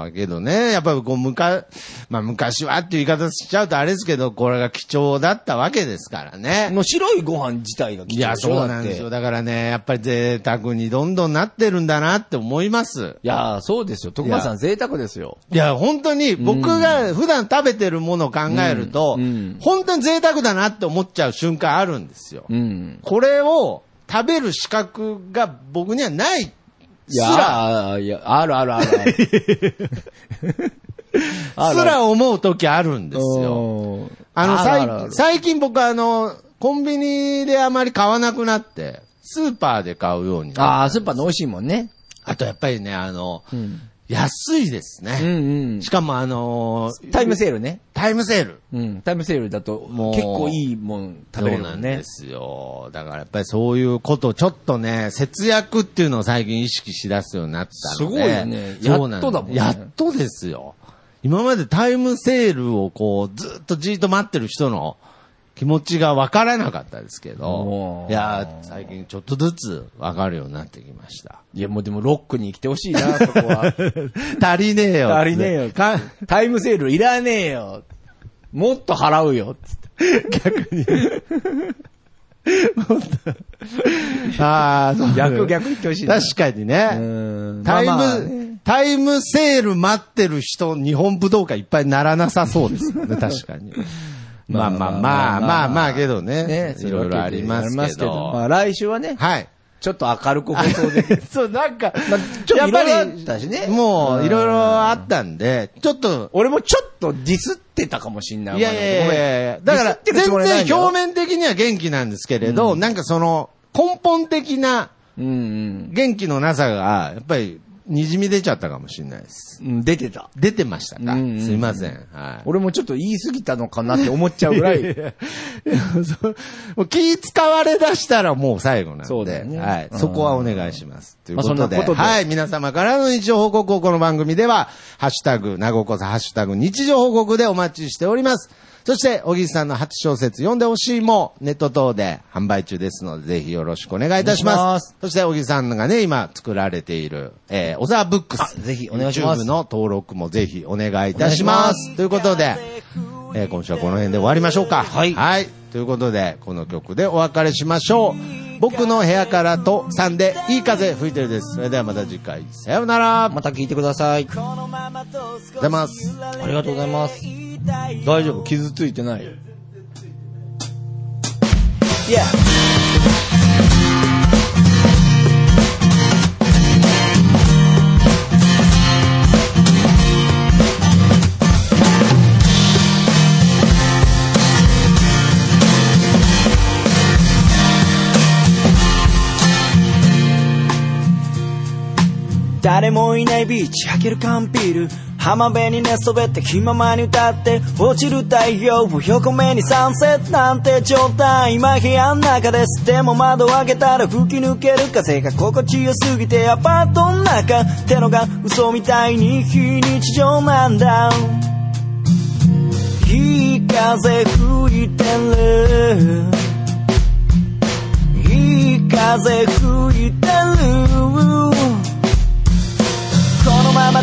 [SPEAKER 2] ーいやーけどね、やっぱりこう、むか、まあ昔はっていう言い方しちゃうとあれですけど、これが貴重だったわけですからね。
[SPEAKER 1] もう白いご飯自体が貴
[SPEAKER 2] い
[SPEAKER 1] 重
[SPEAKER 2] や、
[SPEAKER 1] でしょ
[SPEAKER 2] そうなんですよ。。だからね、やっぱり贅沢にどんどんなってるんだなって思います。
[SPEAKER 1] いやーそうですよ。徳間さん贅沢ですよ。
[SPEAKER 2] いや、本当に僕が普段食べてるものを考えると、
[SPEAKER 1] うんうん
[SPEAKER 2] 本当に贅沢だなって思っちゃう瞬間あるんですよ。
[SPEAKER 1] うん。
[SPEAKER 2] これを食べる資格が僕にはない
[SPEAKER 1] い
[SPEAKER 2] す
[SPEAKER 1] や
[SPEAKER 2] ら、
[SPEAKER 1] ーいや、あるあるあるあ る。ある
[SPEAKER 2] すら思う時あるんですよ。
[SPEAKER 1] よ。
[SPEAKER 2] あの、さい
[SPEAKER 1] るるる
[SPEAKER 2] 最近僕はあの、コンビニであまり買わなくなって、スーパーで買うようになった
[SPEAKER 1] ああ、スーパーの美味しいもんね。
[SPEAKER 2] あとやっぱりね、あの、
[SPEAKER 1] ん
[SPEAKER 2] 安いです
[SPEAKER 1] うん
[SPEAKER 2] ね。
[SPEAKER 1] うん
[SPEAKER 2] し。かもあのー
[SPEAKER 1] タイムセールね。
[SPEAKER 2] タイムセール。
[SPEAKER 1] うん。タイムセールだと、
[SPEAKER 2] もう
[SPEAKER 1] 結構いいもん食べれるもん
[SPEAKER 2] そうなん
[SPEAKER 1] ね
[SPEAKER 2] で。すよ。だからやっぱりそういうことをちょっとね、節約っていうのを最近意識しだすようになったので。
[SPEAKER 1] すごいよね
[SPEAKER 2] そう
[SPEAKER 1] やっ
[SPEAKER 2] なん
[SPEAKER 1] とだもんね
[SPEAKER 2] やっとですよ。今までタイムセールをこう、ずっとじーっと待ってる人の気持ちが分からなかったですけど
[SPEAKER 1] お、ー
[SPEAKER 2] いやー、最近ちょっとずつ分かるようになってきました。
[SPEAKER 1] いや、もうでもロックに来てほしいな、そこは。
[SPEAKER 2] 足りねえ よ。
[SPEAKER 1] 足りねえよ
[SPEAKER 2] か
[SPEAKER 1] タイムセールいらねえよ。もっと払う よ。つって
[SPEAKER 2] ああ、そう。
[SPEAKER 1] 逆逆言ってほしいな。
[SPEAKER 2] 確かにね。
[SPEAKER 1] うん
[SPEAKER 2] タイム、
[SPEAKER 1] まあまあね
[SPEAKER 2] タイムセール待ってる人、日本武道館いっぱいならなさそうですよね、確かに。まあまあまあまあまあけどね
[SPEAKER 1] ね。、
[SPEAKER 2] いろいろありますけ
[SPEAKER 1] ま
[SPEAKER 2] ど。
[SPEAKER 1] あ来週はね、
[SPEAKER 2] はい。
[SPEAKER 1] ちょっと明るく放送できる。
[SPEAKER 2] そう、なんか、
[SPEAKER 1] まあちょっと
[SPEAKER 2] やっぱ
[SPEAKER 1] いろいろあ
[SPEAKER 2] り
[SPEAKER 1] ったしね、
[SPEAKER 2] もういろいろあったんで、ちょっと、
[SPEAKER 1] 俺もちょっとディスってたかもしんない。
[SPEAKER 2] いやいやいやいや
[SPEAKER 1] ごめん
[SPEAKER 2] だから、
[SPEAKER 1] ディスってるつもりはない
[SPEAKER 2] 全
[SPEAKER 1] ん
[SPEAKER 2] 然
[SPEAKER 1] だよ
[SPEAKER 2] 表面的には元気なんですけれど、なんかその、根本的な
[SPEAKER 1] うん
[SPEAKER 2] 元気のなさが、やっぱり、滲み出ちゃったかもしれないです。
[SPEAKER 1] うんうん。出てた。
[SPEAKER 2] 出てましたか、
[SPEAKER 1] うんうんうん
[SPEAKER 2] すいません。はい。
[SPEAKER 1] 俺もちょっと言い過ぎたのかなって思っちゃうぐら
[SPEAKER 2] い やい
[SPEAKER 1] い。
[SPEAKER 2] やいやそうもう気使われだしたらもう最後なんで。
[SPEAKER 1] そうだよね
[SPEAKER 2] はい。
[SPEAKER 1] うん
[SPEAKER 2] そこはお願いします。ということで。
[SPEAKER 1] まあそんなことで
[SPEAKER 2] はい。皆様からの日常報告をこの番組では、ハッシュタグ、名古こさ、ハッシュタグ、日常報告でお待ちしております。そして、小木さんの初小説、読んでほしいも、ネット等で販売中ですので、ぜひよろしくお願いいたします。
[SPEAKER 1] お願いします
[SPEAKER 2] そして、小木さんがね、今作られている、えー、小沢ブックス。
[SPEAKER 1] ぜひお願いします
[SPEAKER 2] YouTube の登録もぜひお願いいたします。ということで、えー今週はこの辺で終わりましょうか。
[SPEAKER 1] はい
[SPEAKER 2] ということで、この曲でお別れしましょう。僕の部屋からとさんでいい風吹いてるです。それではまた次回、さようなら。
[SPEAKER 1] また聞いてください。
[SPEAKER 2] ございます。
[SPEAKER 1] ありがとうございます。大丈夫傷ついてないよ。
[SPEAKER 4] 誰もいないビーチ開ける缶ビール浜辺に寝そべって気ままに歌って落ちる太陽を横目にサンセットなんて状態今部屋の中ですでも窓を開けたら吹き抜ける風が心地よすぎてアパートの中ってのが嘘みたいに非日常なんだいい風吹いてるいい風吹いてるこのまま